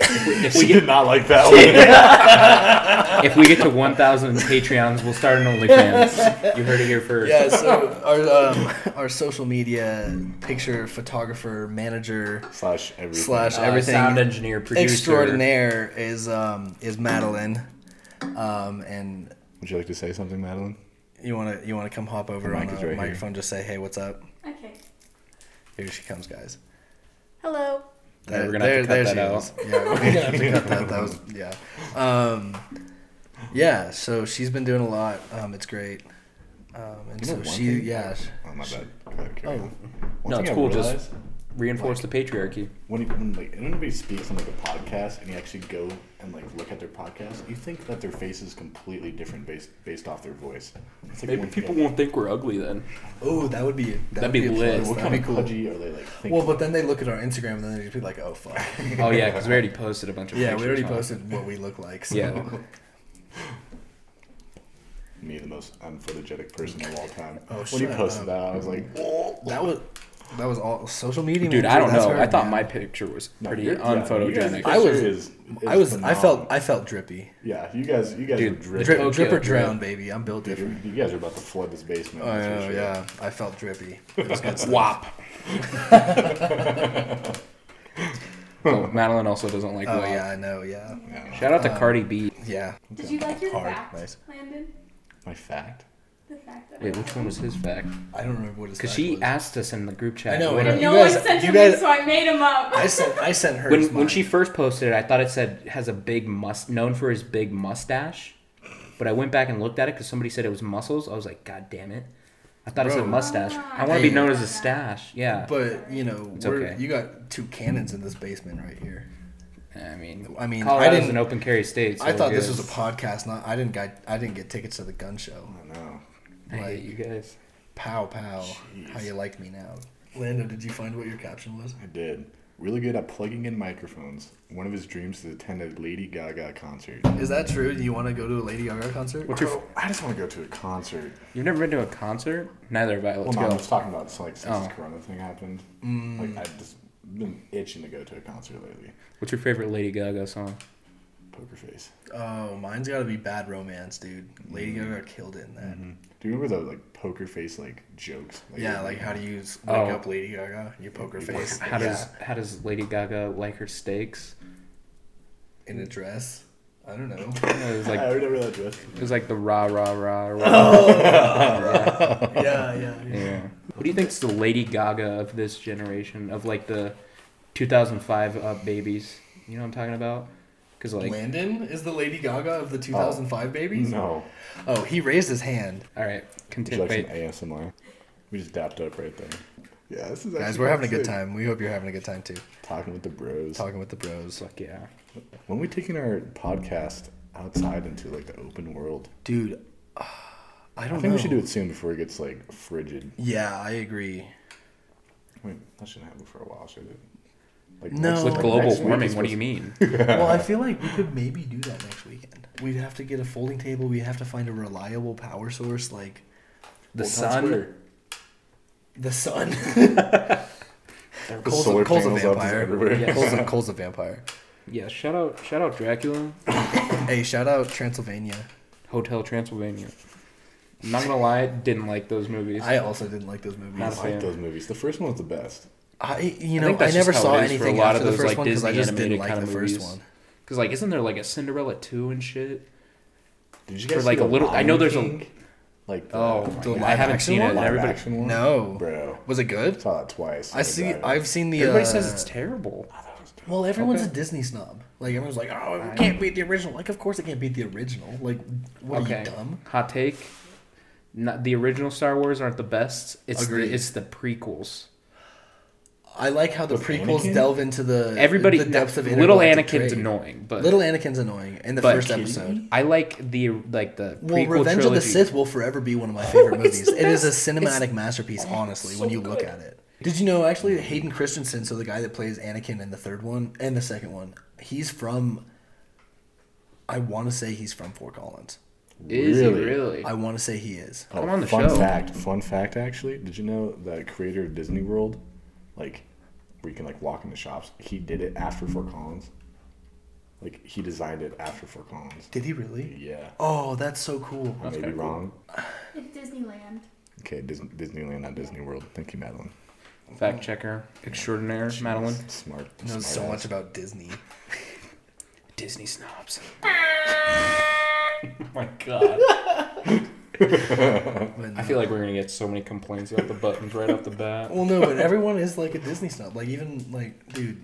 Speaker 2: If *laughs*
Speaker 3: We
Speaker 2: we, get,
Speaker 3: did not like
Speaker 1: *laughs*
Speaker 3: that one.
Speaker 2: if we get to 1,000 Patreons, we'll start an OnlyFans. You heard it here first.
Speaker 1: yeah. So our um, *laughs* our social media picture photographer manager
Speaker 3: Slash everything.
Speaker 1: slash
Speaker 2: Uh,
Speaker 1: everything
Speaker 2: sound engineer, producer.
Speaker 1: extraordinaire is um is Madeline, um and
Speaker 3: Would you like to say something, Madeline?
Speaker 1: you wanna you wanna come hop over
Speaker 3: The mic
Speaker 1: on
Speaker 3: is
Speaker 1: a
Speaker 3: right here.
Speaker 1: microphone just say hey what's up
Speaker 5: Okay.
Speaker 1: here she comes guys
Speaker 5: Hello.
Speaker 2: Yeah, we're gonna have to cut that out.
Speaker 1: is. yeah we're gonna have to cut that that
Speaker 2: *laughs*
Speaker 1: was yeah um yeah so she's been doing a lot um it's great um and
Speaker 3: You know
Speaker 1: so
Speaker 3: one
Speaker 1: she
Speaker 3: thing-
Speaker 1: yeah sh-
Speaker 3: Oh my
Speaker 1: she-
Speaker 3: bad. Go ahead, carry
Speaker 1: Oh.
Speaker 3: on. One
Speaker 2: No,
Speaker 3: thing
Speaker 2: it's
Speaker 3: I
Speaker 2: cool. Just
Speaker 3: realized,
Speaker 2: reinforce the patriarchy.
Speaker 3: when, you- when like anybody speaks on like a podcast and you actually go and like look at their podcast, you think that their face is completely different based based off their voice. It's like
Speaker 4: Maybe
Speaker 3: one thing
Speaker 4: people
Speaker 3: I-
Speaker 4: won't think we're ugly then.
Speaker 1: oh that would be that
Speaker 2: That'd
Speaker 1: would
Speaker 2: be
Speaker 1: be a
Speaker 2: lit.
Speaker 1: plus.
Speaker 3: What
Speaker 1: that'd
Speaker 3: kind
Speaker 1: be
Speaker 3: of
Speaker 1: cool
Speaker 3: pudgy are they like? Thinking?
Speaker 1: well but then they look at our Instagram and then they just be like oh
Speaker 2: *laughs*
Speaker 1: fuck
Speaker 2: Oh, yeah, because we already posted a bunch of
Speaker 1: yeah we
Speaker 2: pictures,
Speaker 1: already
Speaker 2: huh?
Speaker 1: posted what we look like so
Speaker 2: Yeah.
Speaker 3: me, the most unphotogenic person of all time.
Speaker 1: Oh,
Speaker 3: when you
Speaker 1: shut
Speaker 3: posted
Speaker 1: up.
Speaker 3: that, I was like, oh.
Speaker 1: *laughs* That was that was all social media.
Speaker 2: Dude, I
Speaker 1: manager,
Speaker 2: don't
Speaker 1: that's
Speaker 2: know.
Speaker 1: her,
Speaker 2: I thought
Speaker 1: man.
Speaker 2: my picture was
Speaker 3: No,
Speaker 2: pretty
Speaker 3: you're- yeah, you guys-
Speaker 2: unphotogenic.
Speaker 1: I was-
Speaker 3: Is, is
Speaker 1: I was I felt
Speaker 3: phenomenal.
Speaker 1: I felt drippy.
Speaker 3: yeah, you guys, you guys
Speaker 2: Dude,
Speaker 3: were
Speaker 1: Drip,
Speaker 3: dripping.
Speaker 1: drip,
Speaker 2: Tokyo
Speaker 1: or
Speaker 2: drip.
Speaker 1: drown, baby. I'm built
Speaker 3: Dude,
Speaker 1: different.
Speaker 3: you guys are about to flood this basement.
Speaker 1: Oh
Speaker 3: that's for
Speaker 1: yeah,
Speaker 3: sure.
Speaker 1: yeah. I felt drippy. It was
Speaker 2: *laughs*
Speaker 1: good stuff.
Speaker 2: Wop. oh, Madeline also doesn't like
Speaker 1: Oh
Speaker 2: WAP.
Speaker 1: yeah, I know. Yeah,
Speaker 3: Yeah.
Speaker 2: Shout out to Cardi B.
Speaker 1: yeah.
Speaker 5: Did you like your
Speaker 1: Hard,
Speaker 5: fact,
Speaker 1: nice.
Speaker 5: Landon?
Speaker 3: My fact.
Speaker 5: The fact that
Speaker 2: Wait,
Speaker 5: I
Speaker 2: which one was his fact?
Speaker 1: I don't remember what his.
Speaker 2: Because
Speaker 1: fact
Speaker 2: she
Speaker 1: was.
Speaker 2: asked us in the group chat.
Speaker 1: I know,
Speaker 2: what
Speaker 1: I
Speaker 2: our-
Speaker 5: And
Speaker 1: You
Speaker 5: no
Speaker 1: guys-
Speaker 5: one sent
Speaker 1: you
Speaker 5: him
Speaker 1: guys-
Speaker 5: in, so I made him up.
Speaker 1: I sent I sent her.
Speaker 2: when when she first posted it, I thought it said has a big must known for his big mustache, but I went back and looked at it because somebody said it was muscles. I was like, God damn it! I thought it
Speaker 1: Bro.
Speaker 2: said mustache. I want to
Speaker 1: Hey.
Speaker 2: be known as a stash. Yeah.
Speaker 1: But you know,
Speaker 2: It's
Speaker 1: we're,
Speaker 2: okay.
Speaker 1: you got two cannons in this basement right here.
Speaker 2: I mean,
Speaker 1: I mean, I
Speaker 2: Colorado's
Speaker 1: didn't-
Speaker 2: an open carry state.
Speaker 1: I
Speaker 2: so
Speaker 1: thought this
Speaker 2: good.
Speaker 1: was a podcast. Not I didn't get I didn't get tickets to the gun show.
Speaker 3: I know.
Speaker 2: I hate
Speaker 1: like-
Speaker 2: you guys.
Speaker 1: Pow pow. How you like me now, Lando? Did you find what your caption was?
Speaker 3: I did. Really good at plugging in microphones. One of his dreams is to attend a Lady Gaga concert.
Speaker 1: Is that true? Do you want to go to a Lady Gaga concert?
Speaker 2: What's your?
Speaker 3: Bro, I just want to go to a concert.
Speaker 2: You've never been to a concert? Neither have I.
Speaker 3: Well,
Speaker 2: Let's
Speaker 3: no, I'm
Speaker 2: go.
Speaker 3: just talking about so, like since
Speaker 2: Oh.
Speaker 3: this Corona thing happened.
Speaker 1: Mm.
Speaker 3: Like I've just been itching to go to a concert lately.
Speaker 2: What's your favorite Lady Gaga song?
Speaker 3: Poker face.
Speaker 1: Oh, mine's got to be Bad Romance, dude. Lady
Speaker 2: Mm-hmm.
Speaker 1: Gaga killed it in that.
Speaker 3: Do you remember the like poker face like jokes?
Speaker 1: Yeah, like how do you s- wake
Speaker 2: Oh.
Speaker 1: up Lady Gaga? Your poker
Speaker 3: You
Speaker 1: face.
Speaker 3: wake
Speaker 2: How does
Speaker 1: Yeah.
Speaker 2: How does Lady Gaga like her steaks?
Speaker 1: in a dress? I don't know.
Speaker 2: It was like
Speaker 3: I remember that joke.
Speaker 2: it was like the rah rah rah
Speaker 1: *laughs* Oh,
Speaker 2: rah.
Speaker 1: *laughs* yeah, yeah.
Speaker 3: Mm.
Speaker 2: Yeah. What do you think's the Lady Gaga of this generation of like the 2005 up uh, babies? You know what I'm talking about? Because like,
Speaker 1: Landon is the Lady Gaga of the 2005 babies.
Speaker 3: Oh, No.
Speaker 1: Oh, he raised his hand.
Speaker 2: all right,
Speaker 3: Would you
Speaker 2: continue.
Speaker 3: like
Speaker 2: Wait,
Speaker 3: some ASMR? We just dapped up right there. Yeah, this is
Speaker 1: Guys,
Speaker 3: actually
Speaker 1: we're having a
Speaker 3: kinda
Speaker 1: good
Speaker 3: sick.
Speaker 1: time. We hope you're having a good time too.
Speaker 3: Talking with the bros.
Speaker 1: Talking with the bros.
Speaker 2: fuck yeah.
Speaker 3: When we taking our podcast outside into like the open world,
Speaker 1: Dude, uh, I
Speaker 3: I
Speaker 1: don't
Speaker 3: think
Speaker 1: know.
Speaker 3: we should do it soon before it gets like frigid.
Speaker 1: Yeah, I
Speaker 3: *laughs*
Speaker 1: agree.
Speaker 3: Wait, that shouldn't happen for a while, should it? Like
Speaker 1: No.
Speaker 3: next-
Speaker 1: With
Speaker 3: like,
Speaker 2: Global
Speaker 3: next week
Speaker 2: warming.
Speaker 3: is
Speaker 2: What do you
Speaker 1: *laughs*
Speaker 3: supposed-
Speaker 2: mean?
Speaker 1: well, I feel like we could maybe do that next weekend. We'd have to get a folding table. We have to find a reliable power source like
Speaker 2: The
Speaker 3: Well, that's
Speaker 2: sun.
Speaker 3: where
Speaker 1: the
Speaker 3: *laughs*
Speaker 1: sun.
Speaker 3: the
Speaker 1: Cole's,
Speaker 3: solar
Speaker 1: a, Cole's a
Speaker 3: panels up is
Speaker 1: vampire.
Speaker 3: everywhere.
Speaker 1: Yeah,
Speaker 3: *laughs*
Speaker 1: Cole's, a, Cole's a vampire.
Speaker 2: Yeah. Shout out. Shout out Dracula.
Speaker 1: Hey, shout out Transylvania.
Speaker 2: Hotel Transylvania. I'm not gonna lie, didn't like those movies.
Speaker 1: I also didn't like those
Speaker 3: I
Speaker 2: Not
Speaker 1: movies.
Speaker 2: a
Speaker 3: like
Speaker 2: fan.
Speaker 3: those movies. The first one was the best.
Speaker 1: I, you know,
Speaker 2: think
Speaker 1: I,
Speaker 2: that's
Speaker 1: never
Speaker 2: just how
Speaker 1: saw
Speaker 2: it is for a
Speaker 1: anything
Speaker 2: lot
Speaker 1: after
Speaker 2: of
Speaker 1: the
Speaker 2: those,
Speaker 1: first
Speaker 2: like,
Speaker 1: one because I
Speaker 2: Disney
Speaker 1: just didn't
Speaker 2: animated
Speaker 1: like
Speaker 2: kind
Speaker 1: the
Speaker 2: of
Speaker 1: first
Speaker 2: movies.
Speaker 1: one.
Speaker 2: Cause like, isn't there like a Cinderella two and shit?
Speaker 3: Did you
Speaker 2: For
Speaker 3: guys
Speaker 2: like
Speaker 3: see
Speaker 2: a
Speaker 3: the
Speaker 2: little. I know
Speaker 3: Lion
Speaker 2: there's
Speaker 3: King? like the,
Speaker 2: Oh,
Speaker 3: the
Speaker 2: a.
Speaker 1: The
Speaker 2: I haven't
Speaker 1: live-action
Speaker 2: seen it.
Speaker 1: one?
Speaker 2: and
Speaker 3: live
Speaker 2: Everybody.
Speaker 3: action one.
Speaker 1: No,
Speaker 3: bro,
Speaker 1: was it good?
Speaker 3: saw that twice.
Speaker 1: I see.
Speaker 3: I
Speaker 1: I've seen the.
Speaker 2: Everybody
Speaker 1: uh,
Speaker 2: says it's terrible.
Speaker 3: that was
Speaker 1: Well, everyone's
Speaker 2: Okay.
Speaker 1: a Disney snob. Like everyone's like, oh, it can't beat the original. Like, of course it can't beat the original. Like, what are
Speaker 2: okay.
Speaker 1: you dumb?
Speaker 2: Hot take. Not, the original Star Wars aren't the best. It's the,
Speaker 1: Agreed.
Speaker 2: it's the prequels.
Speaker 1: I like how the
Speaker 3: With
Speaker 1: prequels
Speaker 3: Anakin?
Speaker 1: delve into the
Speaker 2: Everybody,
Speaker 1: the depth of
Speaker 2: little
Speaker 1: intergalactic trade.
Speaker 2: Anakin's annoying, but
Speaker 1: Little Anakin's annoying in the
Speaker 2: But-
Speaker 1: first
Speaker 2: Kidding
Speaker 1: episode.
Speaker 2: I like the like the
Speaker 1: Well,
Speaker 2: prequel
Speaker 1: Revenge
Speaker 2: trilogy.
Speaker 1: of the Sith will forever be one of my favorite *laughs* movies.
Speaker 2: the
Speaker 1: It is a
Speaker 2: best.
Speaker 1: cinematic masterpiece, honestly, when you look at it. Did you know actually Hayden Christensen, so the guy that plays Anakin in the third one and the second one, he's from I want to say he's from Fort Collins.
Speaker 2: Is
Speaker 3: Really? Oh,
Speaker 2: he really?
Speaker 1: I want to say he is.
Speaker 2: Come on the
Speaker 3: fun
Speaker 2: show.
Speaker 3: fact, fun fact actually. Did you know that creator of Disney World, like where you can like walk in the shops, he did it after Fort Collins. Like he designed it after Fort Collins.
Speaker 1: Did he really?
Speaker 3: Yeah.
Speaker 1: Oh, that's so cool.
Speaker 3: I may be
Speaker 2: kinda cool.
Speaker 3: wrong.
Speaker 5: *laughs* It's Disneyland.
Speaker 3: Okay, Dis- Disneyland, not Disney World. Thank you, Madeline.
Speaker 2: Fact checker extraordinaire, Madeline.
Speaker 3: Smart.
Speaker 1: Knows
Speaker 3: smart
Speaker 1: so
Speaker 3: ass.
Speaker 1: much about Disney.
Speaker 2: Disney snobs.
Speaker 4: Oh my
Speaker 1: *laughs*
Speaker 4: god.
Speaker 1: But
Speaker 2: I
Speaker 1: no.
Speaker 2: feel like we're gonna get so many complaints about the buttons right off the bat.
Speaker 1: Well, no, but everyone is like a Disney snob. Like even like dude,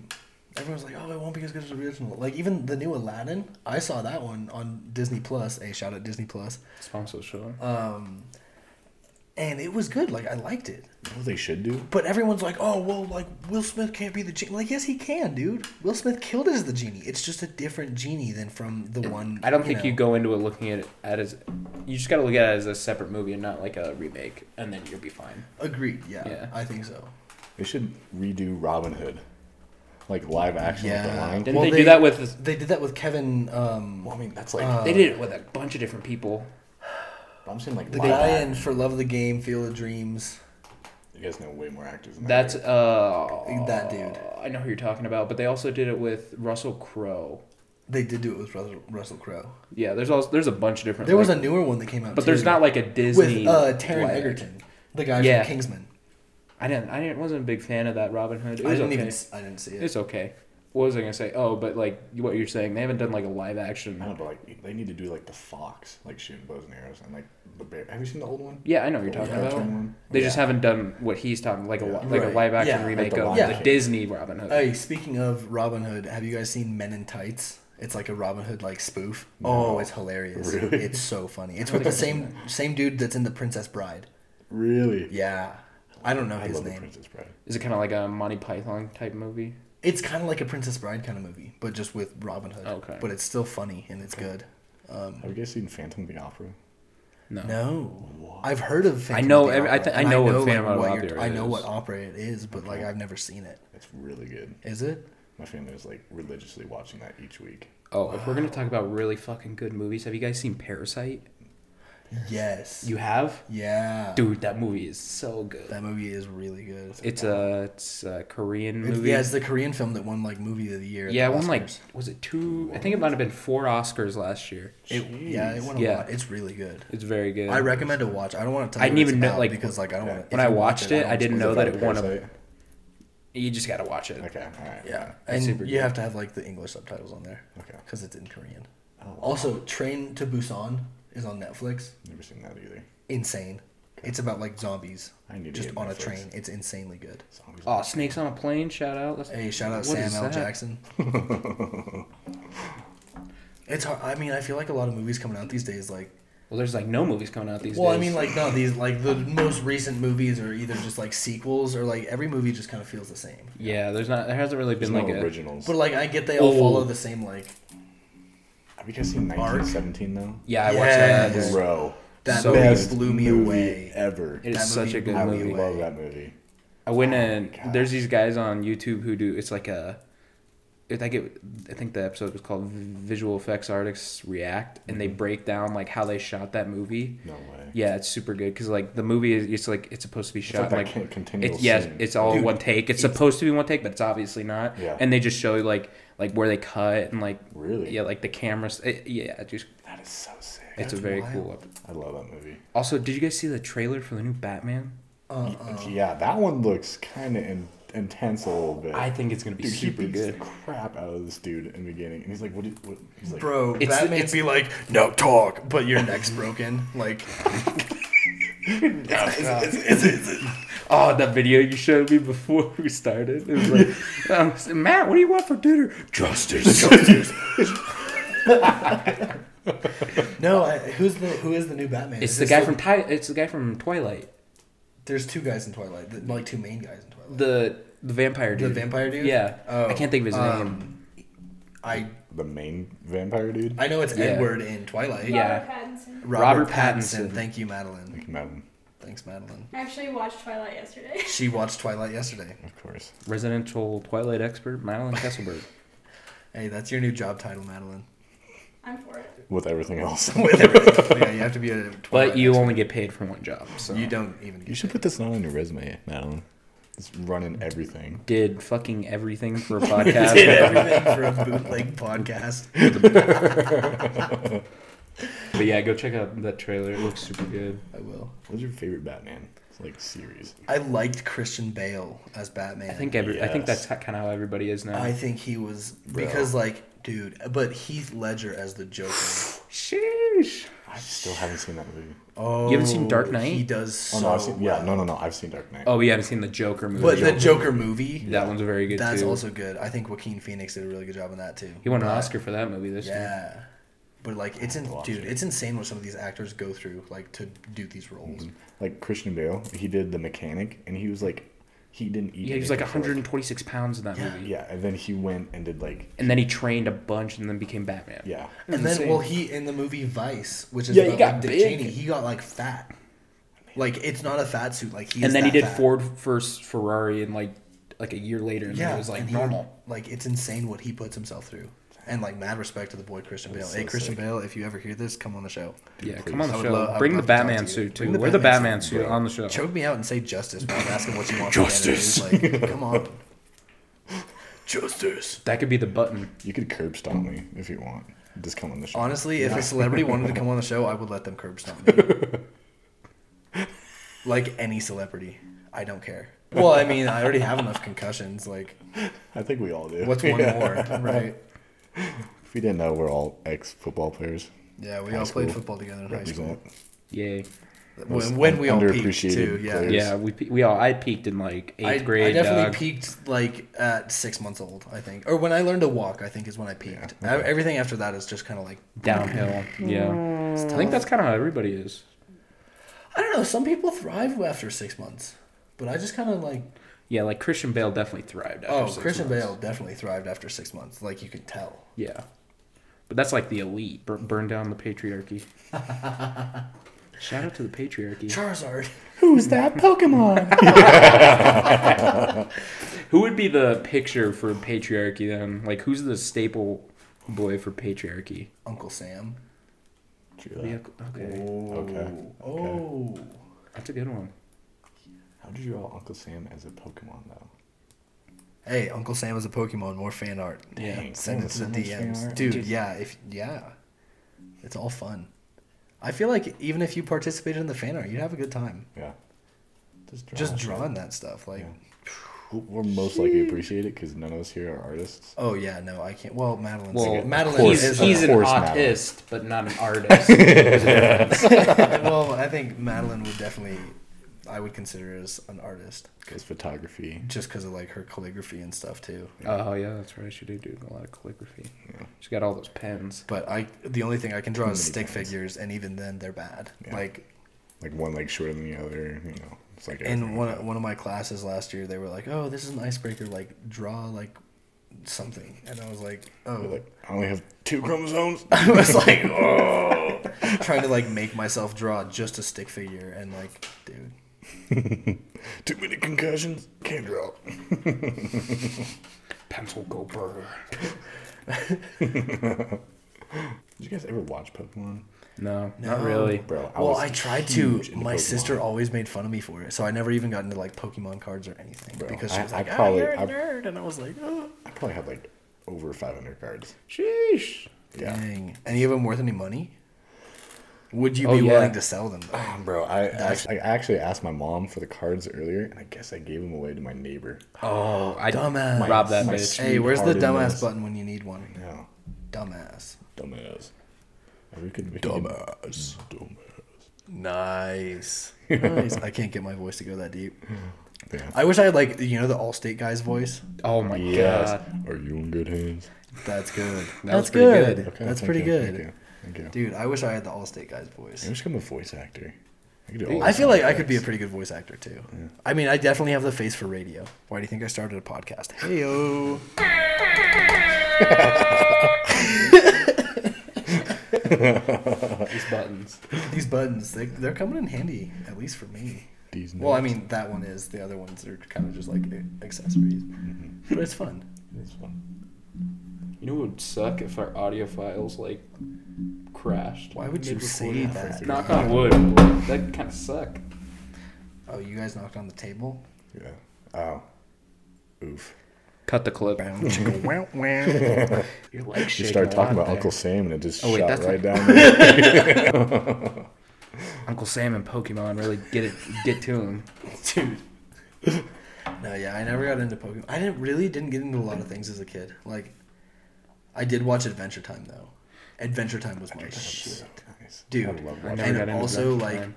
Speaker 1: everyone's like, oh, it won't be as good as the original. Like even the new Aladdin, I saw that one on Disney Plus. A shout out Disney Plus.
Speaker 2: Sponsor the show.
Speaker 1: Um, and it was good. Like I liked it.
Speaker 3: You know what they should do?
Speaker 1: But everyone's like, oh, well, like Will Smith can't be the genie. Like yes, he can, dude. Will Smith killed as the genie. It's just a different genie than from the one.
Speaker 2: I don't think
Speaker 1: know.
Speaker 2: you go into it looking at it at as you just gotta look at it as a separate movie and not like a remake, and then you'll be fine.
Speaker 1: Agreed. Yeah,
Speaker 2: Yeah.
Speaker 1: I think so.
Speaker 3: They should redo Robin Hood, like live action with the
Speaker 1: Yeah.
Speaker 3: lion.
Speaker 2: Didn't
Speaker 1: Well,
Speaker 2: they,
Speaker 1: they-
Speaker 2: do that with?
Speaker 1: They did that with Kevin. Um,
Speaker 3: Well, I mean, that's like
Speaker 2: they did it with a bunch of different people.
Speaker 3: I'm saying like
Speaker 1: the
Speaker 3: live
Speaker 1: guy
Speaker 3: action.
Speaker 1: in For Love of the Game, Field of Dreams.
Speaker 3: You guys know way more actors. Than
Speaker 2: That's
Speaker 3: that, right?
Speaker 2: uh
Speaker 1: That dude.
Speaker 2: I know who you're talking about, but they also did it with Russell Crowe.
Speaker 1: They did do it with Russell, Russell Crowe.
Speaker 2: Yeah, there's also there's a bunch of different.
Speaker 1: There was a
Speaker 2: like-
Speaker 1: newer one that came out,
Speaker 2: but there's
Speaker 1: too,
Speaker 2: not like a Disney
Speaker 1: with uh, Taron
Speaker 2: leg.
Speaker 1: Egerton, the guy
Speaker 2: Yeah.
Speaker 1: from Kingsman.
Speaker 2: I didn't. I didn't. Wasn't a big fan of that Robin Hood. It
Speaker 1: I
Speaker 2: was
Speaker 1: didn't
Speaker 2: okay.
Speaker 1: even. s- I didn't see it.
Speaker 2: It's okay. What was I gonna say? Oh, but like what you're saying, they haven't done like a live action.
Speaker 3: I don't know, but like they need to do like the fox, like shooting bows and arrows, and like the bear. Have you seen the old one?
Speaker 2: Yeah, I know what you're
Speaker 3: The old
Speaker 2: talking about.
Speaker 3: cartoon one?
Speaker 2: They just
Speaker 1: Yeah.
Speaker 2: haven't done what he's talking like a li- like
Speaker 1: Right.
Speaker 2: a live action
Speaker 1: Yeah.
Speaker 2: remake
Speaker 3: Like the
Speaker 2: of
Speaker 3: Lion
Speaker 2: the
Speaker 1: King.
Speaker 2: Disney Robin Hood.
Speaker 1: Hey, speaking of Robin Hood, have you guys seen Men in Tights? It's like a Robin Hood like spoof. Oh, it's hilarious.
Speaker 3: Really?
Speaker 1: It's so funny. It's with the same same dude that's in The Princess Bride.
Speaker 3: Really?
Speaker 1: Yeah. I don't know
Speaker 3: I
Speaker 1: his
Speaker 3: love the
Speaker 1: name.
Speaker 3: Princess Bride.
Speaker 2: Is it kind of like a Monty Python type movie?
Speaker 1: It's kind of like a Princess Bride kind of movie, but just with Robin Hood.
Speaker 2: Okay.
Speaker 1: But it's still funny and it's good. Um,
Speaker 3: Have you guys seen Phantom of the Opera?
Speaker 2: No.
Speaker 1: no, I've heard of. Phantom
Speaker 2: know
Speaker 1: of the
Speaker 2: every- Oh. I
Speaker 1: Opera,
Speaker 2: thi- I
Speaker 1: and
Speaker 2: know what
Speaker 1: like,
Speaker 2: Phantom of the
Speaker 1: what you're-
Speaker 2: Opera
Speaker 1: I know
Speaker 2: is.
Speaker 1: what opera it is, but like I've never seen it.
Speaker 3: It's really good.
Speaker 1: Is it?
Speaker 3: My family was like religiously watching that each week.
Speaker 2: Oh, if we're gonna talk about really fucking good movies, have you guys seen Parasite?
Speaker 1: Yes.
Speaker 2: You have,
Speaker 1: yeah.
Speaker 2: dude. That movie is so good.
Speaker 1: That movie is really good.
Speaker 2: It's a it's a Korean
Speaker 1: It's-
Speaker 2: movie.
Speaker 1: Yeah, it's the Korean film that won like movie of the year. at
Speaker 2: Yeah,
Speaker 1: the
Speaker 2: it won like
Speaker 1: Oscars.
Speaker 2: was it two? I think it might have been four Oscars last year.
Speaker 1: It, yeah, it won a
Speaker 2: Yeah.
Speaker 1: lot. It's really good.
Speaker 2: It's very good.
Speaker 1: I recommend to watch. I don't want to tell.
Speaker 2: I
Speaker 1: you
Speaker 2: didn't
Speaker 1: what it's
Speaker 2: even know-
Speaker 1: about
Speaker 2: like,
Speaker 1: because like I don't
Speaker 3: okay.
Speaker 1: want.
Speaker 2: When I watched it, I didn't know that it won a.
Speaker 3: Parasite?
Speaker 2: You just gotta watch it.
Speaker 3: Okay, all right.
Speaker 1: Yeah,
Speaker 2: It's
Speaker 1: and
Speaker 2: super
Speaker 1: you
Speaker 2: good.
Speaker 1: have to have like the English subtitles on there
Speaker 3: Okay.
Speaker 1: because it's in Korean.
Speaker 3: Oh, wow.
Speaker 1: Also, Train to Busan is on Netflix.
Speaker 3: Never seen that either.
Speaker 1: Insane. It's about like zombies.
Speaker 3: I need to
Speaker 1: just
Speaker 3: get
Speaker 1: on a
Speaker 3: Netflix.
Speaker 1: train. It's insanely good.
Speaker 3: Zombies.
Speaker 2: Oh, Snakes on a Plane! Shout out. That's-
Speaker 1: Hey, shout out
Speaker 2: what
Speaker 1: Sam
Speaker 2: is
Speaker 1: L.
Speaker 2: that? *laughs*
Speaker 1: Jackson. it's hard. I mean, I feel like a lot of movies coming out these days, like
Speaker 2: Well, there's like no movies coming out these
Speaker 1: well,
Speaker 2: days.
Speaker 1: I mean, like no, these like the most recent movies are either just like sequels or like every movie just kind of feels the same.
Speaker 2: yeah, there's not. There hasn't really
Speaker 3: There's
Speaker 2: been
Speaker 3: no
Speaker 2: like a.
Speaker 3: originals.
Speaker 1: But like I get they all
Speaker 2: Oh.
Speaker 1: follow the same like
Speaker 3: Have you guys seen
Speaker 1: Arc.
Speaker 3: 1917 though?
Speaker 2: Yeah, I watched
Speaker 1: Yes.
Speaker 2: that.
Speaker 3: Bro,
Speaker 1: That
Speaker 2: So
Speaker 1: movie
Speaker 3: best
Speaker 1: blew me
Speaker 3: movie
Speaker 1: away.
Speaker 3: ever.
Speaker 2: It
Speaker 1: That
Speaker 2: is such
Speaker 1: movie
Speaker 2: a good
Speaker 3: I
Speaker 1: blew me
Speaker 2: movie.
Speaker 1: away.
Speaker 3: love that movie.
Speaker 2: I went and
Speaker 3: God.
Speaker 2: there's these guys on YouTube who do it's like a. I think it, I think the episode was called "Visual Effects Artists React," and they break down like how they shot that movie.
Speaker 3: No way.
Speaker 2: Yeah, it's super good because like the movie is it's like it's supposed to be
Speaker 3: like
Speaker 2: shot
Speaker 3: that
Speaker 2: like,
Speaker 3: con- continual
Speaker 2: it's yes,
Speaker 3: scene.
Speaker 2: it's all
Speaker 1: Dude,
Speaker 2: one take. It's, supposed to be one take, but it's obviously not.
Speaker 3: Yeah.
Speaker 2: And they just show you like like where they cut and like
Speaker 3: Really?
Speaker 2: yeah like the cameras. It, yeah, it just
Speaker 3: That is so sick.
Speaker 2: it's a
Speaker 1: That's
Speaker 2: very
Speaker 1: wild.
Speaker 2: cool. ep-
Speaker 3: I love that movie.
Speaker 2: Also, did you guys see the trailer for the new Batman?
Speaker 1: Uh,
Speaker 2: Um,
Speaker 3: yeah, that one looks kind of in- intense a little bit.
Speaker 2: I think it's gonna be
Speaker 3: dude,
Speaker 2: super
Speaker 3: he beats
Speaker 2: good.
Speaker 3: the crap out of this dude in the beginning, and he's like, "What? Do you, what? He's like,
Speaker 1: bro,
Speaker 2: It's-
Speaker 1: Batman
Speaker 2: it's-
Speaker 1: be like, no talk, *laughs*
Speaker 2: *laughs*
Speaker 1: but your neck's broken. Like,
Speaker 3: yeah,
Speaker 4: Oh, that video you showed me before *laughs* we started. It
Speaker 2: *laughs*
Speaker 4: was like, um, Matt, what do you want for dinner? Justice. Justice.
Speaker 1: No, I, who's the who is the new Batman?
Speaker 2: It's
Speaker 1: Is
Speaker 2: the
Speaker 1: this
Speaker 2: guy from Ty- It's the guy from Twilight.
Speaker 1: There's two guys in Twilight, the, like two main guys in Twilight.
Speaker 2: The the vampire
Speaker 1: The
Speaker 2: dude.
Speaker 1: vampire dude?
Speaker 2: Yeah.
Speaker 1: Oh,
Speaker 2: I can't think of his name.
Speaker 1: um, I
Speaker 3: The main vampire dude?
Speaker 1: I know it's
Speaker 2: Yeah.
Speaker 1: Edward in Twilight.
Speaker 2: Yeah.
Speaker 5: Robert Pattinson.
Speaker 1: Robert,
Speaker 2: Robert
Speaker 1: Pattinson.
Speaker 2: Pattinson.
Speaker 1: Thank you, Madeline.
Speaker 3: Madam,
Speaker 1: Thanks, Madeline.
Speaker 5: I actually watched Twilight yesterday. *laughs*
Speaker 1: She watched Twilight yesterday.
Speaker 3: of course.
Speaker 2: Residential Twilight expert Madeline Kesselberg.
Speaker 1: *laughs* Hey, that's your new job title, Madeline. *laughs*
Speaker 5: I'm for it.
Speaker 3: With everything else. *laughs*
Speaker 1: yeah, you have to be a Twilight.
Speaker 2: but you
Speaker 1: expert.
Speaker 2: only get paid for one job. So
Speaker 1: you don't even. Get
Speaker 2: *laughs*
Speaker 3: you should
Speaker 1: paid.
Speaker 3: put this not on your resume, Madeline. Just running everything.
Speaker 2: did fucking
Speaker 1: *laughs*
Speaker 2: everything for a
Speaker 1: did
Speaker 2: podcast.
Speaker 1: everything for a bootleg
Speaker 2: *laughs*
Speaker 1: podcast.
Speaker 2: but yeah, go check out that trailer. It looks super good.
Speaker 1: I will.
Speaker 3: What's your favorite Batman? It's like series.
Speaker 1: I liked Christian Bale as Batman.
Speaker 2: I think every. I think
Speaker 3: Yes.
Speaker 2: that's kind of how everybody is now.
Speaker 1: I think he was because like dude, but Heath Ledger as the Joker.
Speaker 2: *sighs* Sheesh.
Speaker 3: I still haven't seen that movie.
Speaker 1: Oh,
Speaker 2: haven't seen Dark
Speaker 1: He
Speaker 2: Knight?
Speaker 1: does so.
Speaker 3: Oh no, I've seen, yeah,
Speaker 1: well.
Speaker 3: no, no, no, I've seen Dark Knight.
Speaker 2: Oh, we haven't seen the Joker movie.
Speaker 1: But the Joker movie,
Speaker 2: that one's very good
Speaker 1: that's
Speaker 2: too.
Speaker 1: also good. I think Joaquin Phoenix did a really good job on that too.
Speaker 2: he won an
Speaker 1: But-
Speaker 2: Oscar for that movie this year.
Speaker 1: Yeah. But like it's in,
Speaker 3: to watch
Speaker 1: dude,
Speaker 3: it.
Speaker 1: it's insane what some of these actors go through like to do these roles.
Speaker 2: Oh.
Speaker 3: Like Christian Bale, he did the mechanic, and he was like, he didn't eat.
Speaker 2: Yeah, he was like
Speaker 3: anything for,
Speaker 2: 126 pounds in that
Speaker 1: Yeah.
Speaker 2: movie.
Speaker 3: Yeah, and then he went and did like,
Speaker 2: And then he trained a bunch and then became Batman.
Speaker 3: yeah,
Speaker 1: And then
Speaker 2: Insane.
Speaker 1: well, he in the movie Vice, which is
Speaker 2: Yeah, he
Speaker 1: about
Speaker 2: got
Speaker 1: like, Dick
Speaker 2: big.
Speaker 1: Cheney, he got like fat. Like it's not a fat suit. Like he. is
Speaker 2: and then he
Speaker 1: that
Speaker 2: did
Speaker 1: fat.
Speaker 2: Ford versus Ferrari and like like a year later and it was like
Speaker 1: and he-
Speaker 2: normal.
Speaker 1: like it's insane what he puts himself through, and like mad respect to the boy Christian Bale.
Speaker 3: so
Speaker 1: hey, Christian
Speaker 3: sick.
Speaker 1: Bale, if you ever hear this, come on the show.
Speaker 2: yeah, come on
Speaker 1: I
Speaker 2: the
Speaker 1: would
Speaker 2: show.
Speaker 1: love- I would
Speaker 2: Bring the
Speaker 1: love to talk to
Speaker 2: Batman
Speaker 1: you.
Speaker 2: suit
Speaker 1: Bring
Speaker 2: too.
Speaker 1: the
Speaker 2: Wear the
Speaker 1: Batman
Speaker 2: Batman
Speaker 1: suit,
Speaker 2: suit
Speaker 3: bro.
Speaker 2: on the show.
Speaker 1: Choke me out and say justice while I'm asking what you want. for dinner. He's Like, come on. Justice.
Speaker 2: That could be the button.
Speaker 3: you could curb stomp me if you want. Just come on the show.
Speaker 1: Honestly, if a celebrity wanted to come on the show, I would let them curb stomp me. *laughs* like any celebrity, I don't care. Well, I mean, I already have enough concussions. Like,
Speaker 3: I think we all do.
Speaker 1: what's one more, right?
Speaker 3: *laughs* If you didn't know, we're all ex-football players.
Speaker 1: Yeah, we
Speaker 3: High
Speaker 1: all played
Speaker 3: school.
Speaker 1: football together in high school.
Speaker 3: Represent.
Speaker 2: Yay.
Speaker 3: Most
Speaker 1: When, when we all peaked
Speaker 3: underappreciated
Speaker 1: too, yeah.
Speaker 3: players.
Speaker 2: Yeah, we pe- we all I peaked in like eighth
Speaker 1: I,
Speaker 2: grade. uh,
Speaker 1: I definitely
Speaker 2: dog.
Speaker 1: peaked like at six months old, I think, or when I learned to walk. I think is when I peaked.
Speaker 3: Yeah, okay.
Speaker 1: I, everything after that is just kind of like
Speaker 2: downhill. Yeah, I think that's kind of how everybody is.
Speaker 1: I don't know. Some people thrive after six months, but I just kind of like
Speaker 2: Yeah, like Christian Bale definitely thrived. After
Speaker 1: oh,
Speaker 2: six
Speaker 1: Christian
Speaker 2: months.
Speaker 1: Bale definitely thrived after six months. Like you could tell.
Speaker 2: Yeah, but that's like the elite. Bur- burn down the *laughs* patriarchy. Shout out to the patriarchy.
Speaker 1: Charizard.
Speaker 4: Who's that Pokemon?
Speaker 2: Who would be the picture for patriarchy then? Like, who's the staple boy for patriarchy?
Speaker 1: *laughs* Uncle Sam.
Speaker 3: True that.
Speaker 2: Yeah, okay,
Speaker 3: Okay.
Speaker 1: Oh.
Speaker 2: that's a good one.
Speaker 3: How did you all Uncle Sam as a Pokemon though?
Speaker 1: Hey, Uncle Sam is a Pokemon. More fan art.
Speaker 2: Yeah,
Speaker 1: Send it to
Speaker 3: so
Speaker 1: the
Speaker 3: much fan
Speaker 1: DMs,
Speaker 3: art.
Speaker 1: dude. Yeah, if yeah, it's all fun. I feel like even if you participated in the fan art, you'd have a good time.
Speaker 3: Yeah. Just draw.
Speaker 1: Just drawing that stuff, like.
Speaker 3: Yeah. We'll- We'll most likely appreciate it because none of us here are artists.
Speaker 1: Oh yeah, no, I can't. Well, Madeline's
Speaker 2: Well,
Speaker 1: good. Madeline
Speaker 3: course, uh,
Speaker 1: is.
Speaker 2: he's,
Speaker 3: of
Speaker 2: he's an
Speaker 3: course,
Speaker 2: autist,
Speaker 3: Madeline.
Speaker 2: but not *laughs* an artist. *laughs*
Speaker 1: well, I think Madeline would definitely. I would consider her as an artist,
Speaker 3: Because photography.
Speaker 1: just because of like her calligraphy and stuff too.
Speaker 2: oh yeah, that's right. She did do a lot of calligraphy.
Speaker 3: Yeah.
Speaker 2: She got all those pens.
Speaker 1: But I, the only thing I can draw is
Speaker 3: Many
Speaker 1: stick
Speaker 3: times.
Speaker 1: figures, and even then they're bad.
Speaker 3: Yeah.
Speaker 1: Like
Speaker 3: Like one leg shorter than the other, you know. It's like
Speaker 1: in
Speaker 3: everything like
Speaker 1: one one of my classes last year, they were like, "Oh, this is an icebreaker. Like draw like something," and I was like,
Speaker 3: that.
Speaker 1: "Oh."
Speaker 3: Like, I only have two chromosomes.
Speaker 1: *laughs*
Speaker 3: *laughs*
Speaker 1: I was like, oh, trying to like make myself draw just a stick figure, and like, dude,
Speaker 3: Too many concussions. Can't draw.
Speaker 2: Pencil go burr.
Speaker 3: Did you guys ever watch Pokemon?
Speaker 2: No, not really.
Speaker 3: Bro, I
Speaker 1: well,
Speaker 3: was
Speaker 1: I tried to.
Speaker 3: huge into
Speaker 1: My
Speaker 3: Pokemon.
Speaker 1: sister always made fun of me for it, so I never even got into like Pokemon cards or anything
Speaker 3: Bro,
Speaker 1: because she
Speaker 3: I-
Speaker 1: was
Speaker 3: I
Speaker 1: like, "Ah,
Speaker 3: probably-
Speaker 1: you're a
Speaker 3: I-
Speaker 1: nerd," and I was like, "Oh,
Speaker 3: I probably had like over 500 cards.
Speaker 2: Sheesh.
Speaker 3: Yeah.
Speaker 1: dang." Any of them worth any money? Would you
Speaker 2: Oh,
Speaker 1: be
Speaker 2: yeah.
Speaker 1: willing to sell them? Though?
Speaker 3: Bro, I actually, I actually asked my mom for the cards earlier, and I guess I gave them away to my neighbor.
Speaker 2: Oh, I
Speaker 1: Dumbass.
Speaker 2: Rob that
Speaker 3: My
Speaker 2: bitch.
Speaker 1: Hey, where's the
Speaker 3: sweetheart in
Speaker 1: dumbass
Speaker 3: this.
Speaker 1: button when you need one?
Speaker 3: Yeah,
Speaker 1: Dumbass.
Speaker 3: dumbass. We could, we could-
Speaker 1: Dumbass.
Speaker 3: dumbass.
Speaker 1: Nice. nice. I can't get my voice to go that deep.
Speaker 3: Yeah.
Speaker 1: I wish I had like you know the Allstate guy's voice.
Speaker 2: Oh my
Speaker 3: Yes.
Speaker 2: god.
Speaker 3: Are you in good hands?
Speaker 1: That's good.
Speaker 2: was
Speaker 1: That's
Speaker 2: pretty
Speaker 1: good.
Speaker 2: good.
Speaker 3: Okay,
Speaker 1: That's
Speaker 3: thank
Speaker 1: pretty
Speaker 3: you,
Speaker 1: good.
Speaker 3: Thank you. Thank you.
Speaker 1: Dude, I wish I had the Allstate guy's voice.
Speaker 3: I wish I'm a voice actor. I, could do all
Speaker 1: I
Speaker 3: the
Speaker 1: feel like I
Speaker 3: sound
Speaker 1: could be a
Speaker 3: effects.
Speaker 1: pretty good voice actor too. I mean, I definitely have the face for radio. Why do you think I started a podcast? Heyo. *laughs*
Speaker 2: These buttons.
Speaker 1: These buttons, they, they're coming in handy, at least for me.
Speaker 3: These
Speaker 1: Well, I
Speaker 3: notes.
Speaker 1: mean, that one is. The other ones are kind of just like accessories.
Speaker 3: Mm-hmm.
Speaker 1: But it's fun.
Speaker 3: It's fun.
Speaker 4: You know what would suck if our audio files like crashed?
Speaker 1: Why would you say
Speaker 4: mid-recording?
Speaker 1: that?
Speaker 4: Knock on wood. but That kind of suck.
Speaker 1: Oh, you guys knocked on the table?
Speaker 3: *laughs* Yeah. Oh. Oof.
Speaker 2: Cut the clip.
Speaker 1: Bow, chicka, wow, wow.
Speaker 2: Your legs
Speaker 3: You
Speaker 2: shaking
Speaker 3: started
Speaker 2: a
Speaker 3: talking
Speaker 2: lot
Speaker 3: about
Speaker 2: there.
Speaker 3: Uncle Sam and it just
Speaker 2: Oh, wait,
Speaker 3: shot
Speaker 2: that's
Speaker 3: right
Speaker 2: a-
Speaker 1: *laughs*
Speaker 3: down there.
Speaker 2: Uncle Sam and Pokemon really get it get
Speaker 4: *laughs*
Speaker 2: to him.
Speaker 1: Dude. No, yeah, I never got into Pokemon. I didn't really didn't get into a lot of things as a kid. Like, I did watch Adventure Time though. Adventure Time was my shit.
Speaker 3: So nice.
Speaker 1: Dude,
Speaker 3: I love
Speaker 2: I
Speaker 3: watching
Speaker 2: never got
Speaker 1: and
Speaker 2: into
Speaker 1: also
Speaker 2: Adventure
Speaker 1: like
Speaker 2: Time.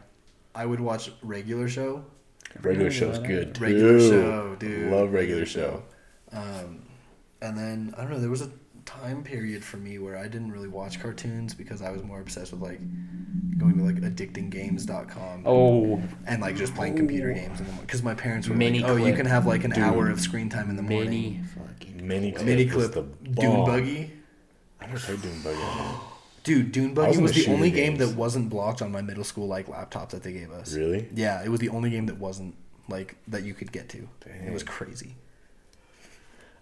Speaker 1: I would watch regular show.
Speaker 3: regular show's good.
Speaker 1: Regular
Speaker 3: too.
Speaker 1: show, dude.
Speaker 3: Love regular show.
Speaker 1: Um, and then I don't know. There was a time period for me where I didn't really watch cartoons because I was more obsessed with like going to like addictinggames.com
Speaker 2: Oh,
Speaker 1: and like just playing computer games in the because my parents were
Speaker 2: Mini
Speaker 1: like, oh, you
Speaker 2: clip.
Speaker 1: can have like an hour of screen time in the morning.
Speaker 2: mini.
Speaker 3: Mini clip.
Speaker 1: Mini
Speaker 3: is
Speaker 1: clip
Speaker 3: the
Speaker 1: Dune
Speaker 3: bomb.
Speaker 1: Buggy.
Speaker 3: I never played Dune Buggy.
Speaker 1: Dude, Dune Buggy was,
Speaker 3: was into
Speaker 1: the
Speaker 3: shooter
Speaker 1: only game
Speaker 3: games.
Speaker 1: that wasn't blocked on my middle school like laptop that they gave us.
Speaker 3: Really?
Speaker 1: Yeah, it was the only game that wasn't like that you could get to. It was crazy.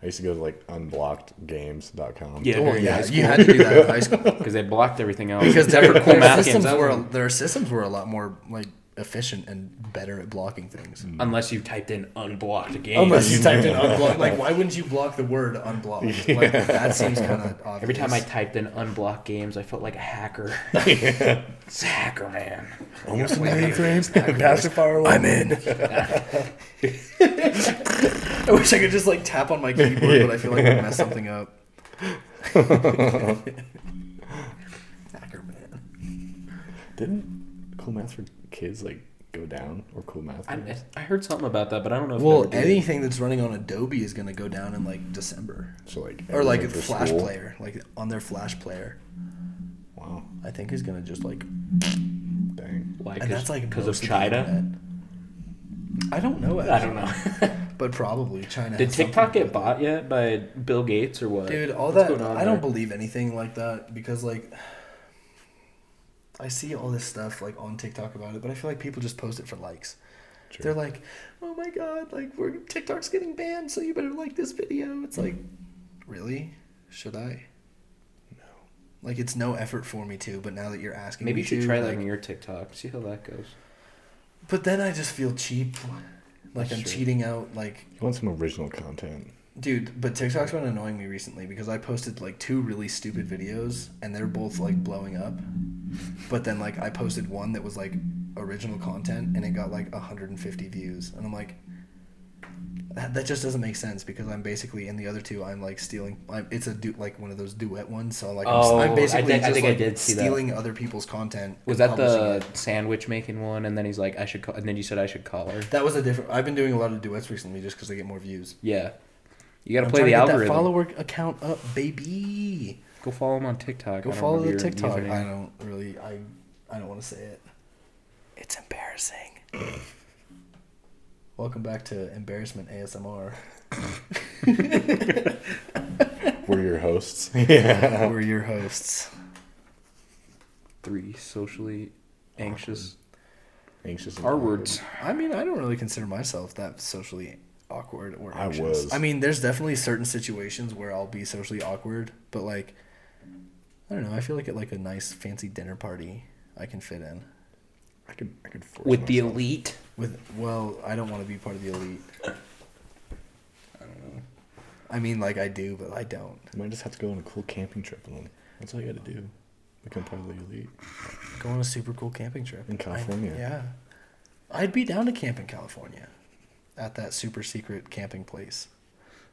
Speaker 3: I used to go to like unblockedgames.com.
Speaker 4: Yeah.
Speaker 1: Oh
Speaker 4: during high
Speaker 1: *laughs* yeah, you had to do that in high school
Speaker 4: Because they blocked everything else.
Speaker 1: *laughs* because their,
Speaker 4: Cool
Speaker 1: their
Speaker 4: math games,
Speaker 1: systems
Speaker 4: that
Speaker 1: were
Speaker 4: was-
Speaker 1: their systems were a lot more like efficient and better at blocking things.
Speaker 4: Unless you typed in unblocked games.
Speaker 1: Unless you typed in *laughs* unblock, like why wouldn't you block the word unblock? Like, that seems kind of obvious.
Speaker 2: Every time I typed in unblock games, I felt like
Speaker 1: *laughs*
Speaker 2: a hacker. It's a hacker man.
Speaker 3: Almost mainframes. Pass it far away.
Speaker 1: I'm in. *laughs* I wish I could just like tap on my keyboard, but I feel like I messed something up. *laughs* Ackerman.
Speaker 3: Didn't Cool Math for Kids like go down or Cool Math?
Speaker 4: I,
Speaker 3: for Kids?
Speaker 4: I heard something about that, but I don't know if
Speaker 1: Well,
Speaker 4: it ever did.
Speaker 1: anything that's running on Adobe is going to go down in like December,
Speaker 3: so like
Speaker 1: or like
Speaker 3: everything for
Speaker 1: Flash
Speaker 3: school?
Speaker 1: Player, like on their Flash Player.
Speaker 3: Wow,
Speaker 1: I think is going to just like,
Speaker 3: dang.
Speaker 4: Why?
Speaker 1: and that's like
Speaker 4: because of
Speaker 1: most the
Speaker 4: China.
Speaker 1: internet. I don't know. Actually,
Speaker 4: I don't know.
Speaker 1: but probably China.
Speaker 4: Did
Speaker 1: has something
Speaker 4: TikTok
Speaker 1: to do
Speaker 4: get bought yet by Bill Gates or what?
Speaker 1: Dude, all
Speaker 4: What's
Speaker 1: that
Speaker 4: going on
Speaker 1: I don't
Speaker 4: there?
Speaker 1: believe anything like that because like I see all this stuff like on TikTok about it, but I feel like people just post it for likes.
Speaker 3: True.
Speaker 1: They're like, "Oh my god, like we're TikTok's getting banned, so you better like this video." It's like, "Really? Should I?" No. Like it's no effort for me to, but now that you're asking
Speaker 4: Maybe
Speaker 1: me
Speaker 4: you should
Speaker 1: to,
Speaker 4: try
Speaker 1: like-
Speaker 4: that on your TikTok. See how that goes.
Speaker 1: But then I just feel cheap. Like I'm cheating out like
Speaker 3: You want some original content?
Speaker 1: Dude, but TikTok's been annoying me recently because I posted like two really stupid videos and they're both like blowing up. But then like I posted one that was like original content and it got like 150 views and I'm like that that just doesn't make sense because I'm basically in the other two I'm like stealing I'm, it's a du- like one of those duet ones so like I'm,
Speaker 2: Oh,
Speaker 1: I'm
Speaker 2: I
Speaker 1: basically
Speaker 2: think- I
Speaker 1: just
Speaker 2: think I
Speaker 1: like
Speaker 2: did see that.
Speaker 1: stealing other people's content.
Speaker 2: Was
Speaker 1: and
Speaker 2: that
Speaker 1: publishing
Speaker 2: the
Speaker 1: it.
Speaker 2: sandwich making one? And then he's like, I should call. And then you said I should call her.
Speaker 1: That was a different I've been doing a lot of duets recently just cuz they get more views.
Speaker 2: Yeah. You gotta
Speaker 1: I'm
Speaker 2: play
Speaker 1: trying to
Speaker 2: the
Speaker 1: get
Speaker 2: algorithm.
Speaker 1: that follower account up baby.
Speaker 2: Go follow him on TikTok.
Speaker 1: Go
Speaker 2: I don't
Speaker 1: follow the
Speaker 2: remember your
Speaker 1: TikTok.
Speaker 2: username.
Speaker 1: I don't really. I I don't want to say it. It's embarrassing. Welcome back to embarrassment
Speaker 2: *laughs*
Speaker 1: ASMR.
Speaker 3: We're your hosts. *laughs* yeah.
Speaker 1: We're your hosts.
Speaker 4: Three socially anxious
Speaker 3: Anxious. and
Speaker 4: R
Speaker 3: awkward.
Speaker 4: words.
Speaker 1: I mean, I don't really consider myself that socially awkward or
Speaker 3: I
Speaker 1: anxious.
Speaker 3: was.
Speaker 1: I mean, there's definitely certain situations where I'll be socially awkward, but like, I don't know. I feel like at like a nice fancy dinner party, I can fit in.
Speaker 3: I could. I could force
Speaker 2: With the
Speaker 3: myself.
Speaker 2: elite.
Speaker 1: With well, I don't want to be part of the
Speaker 3: *laughs*
Speaker 1: elite. I don't know. I mean, like I do, but I don't.
Speaker 3: You might just have to go on a cool camping trip alone. That's all you got to do. Become part of the elite.
Speaker 1: Go on a super cool camping trip
Speaker 3: In California.
Speaker 1: I- yeah, I'd be down to camp in California, at that super secret camping place,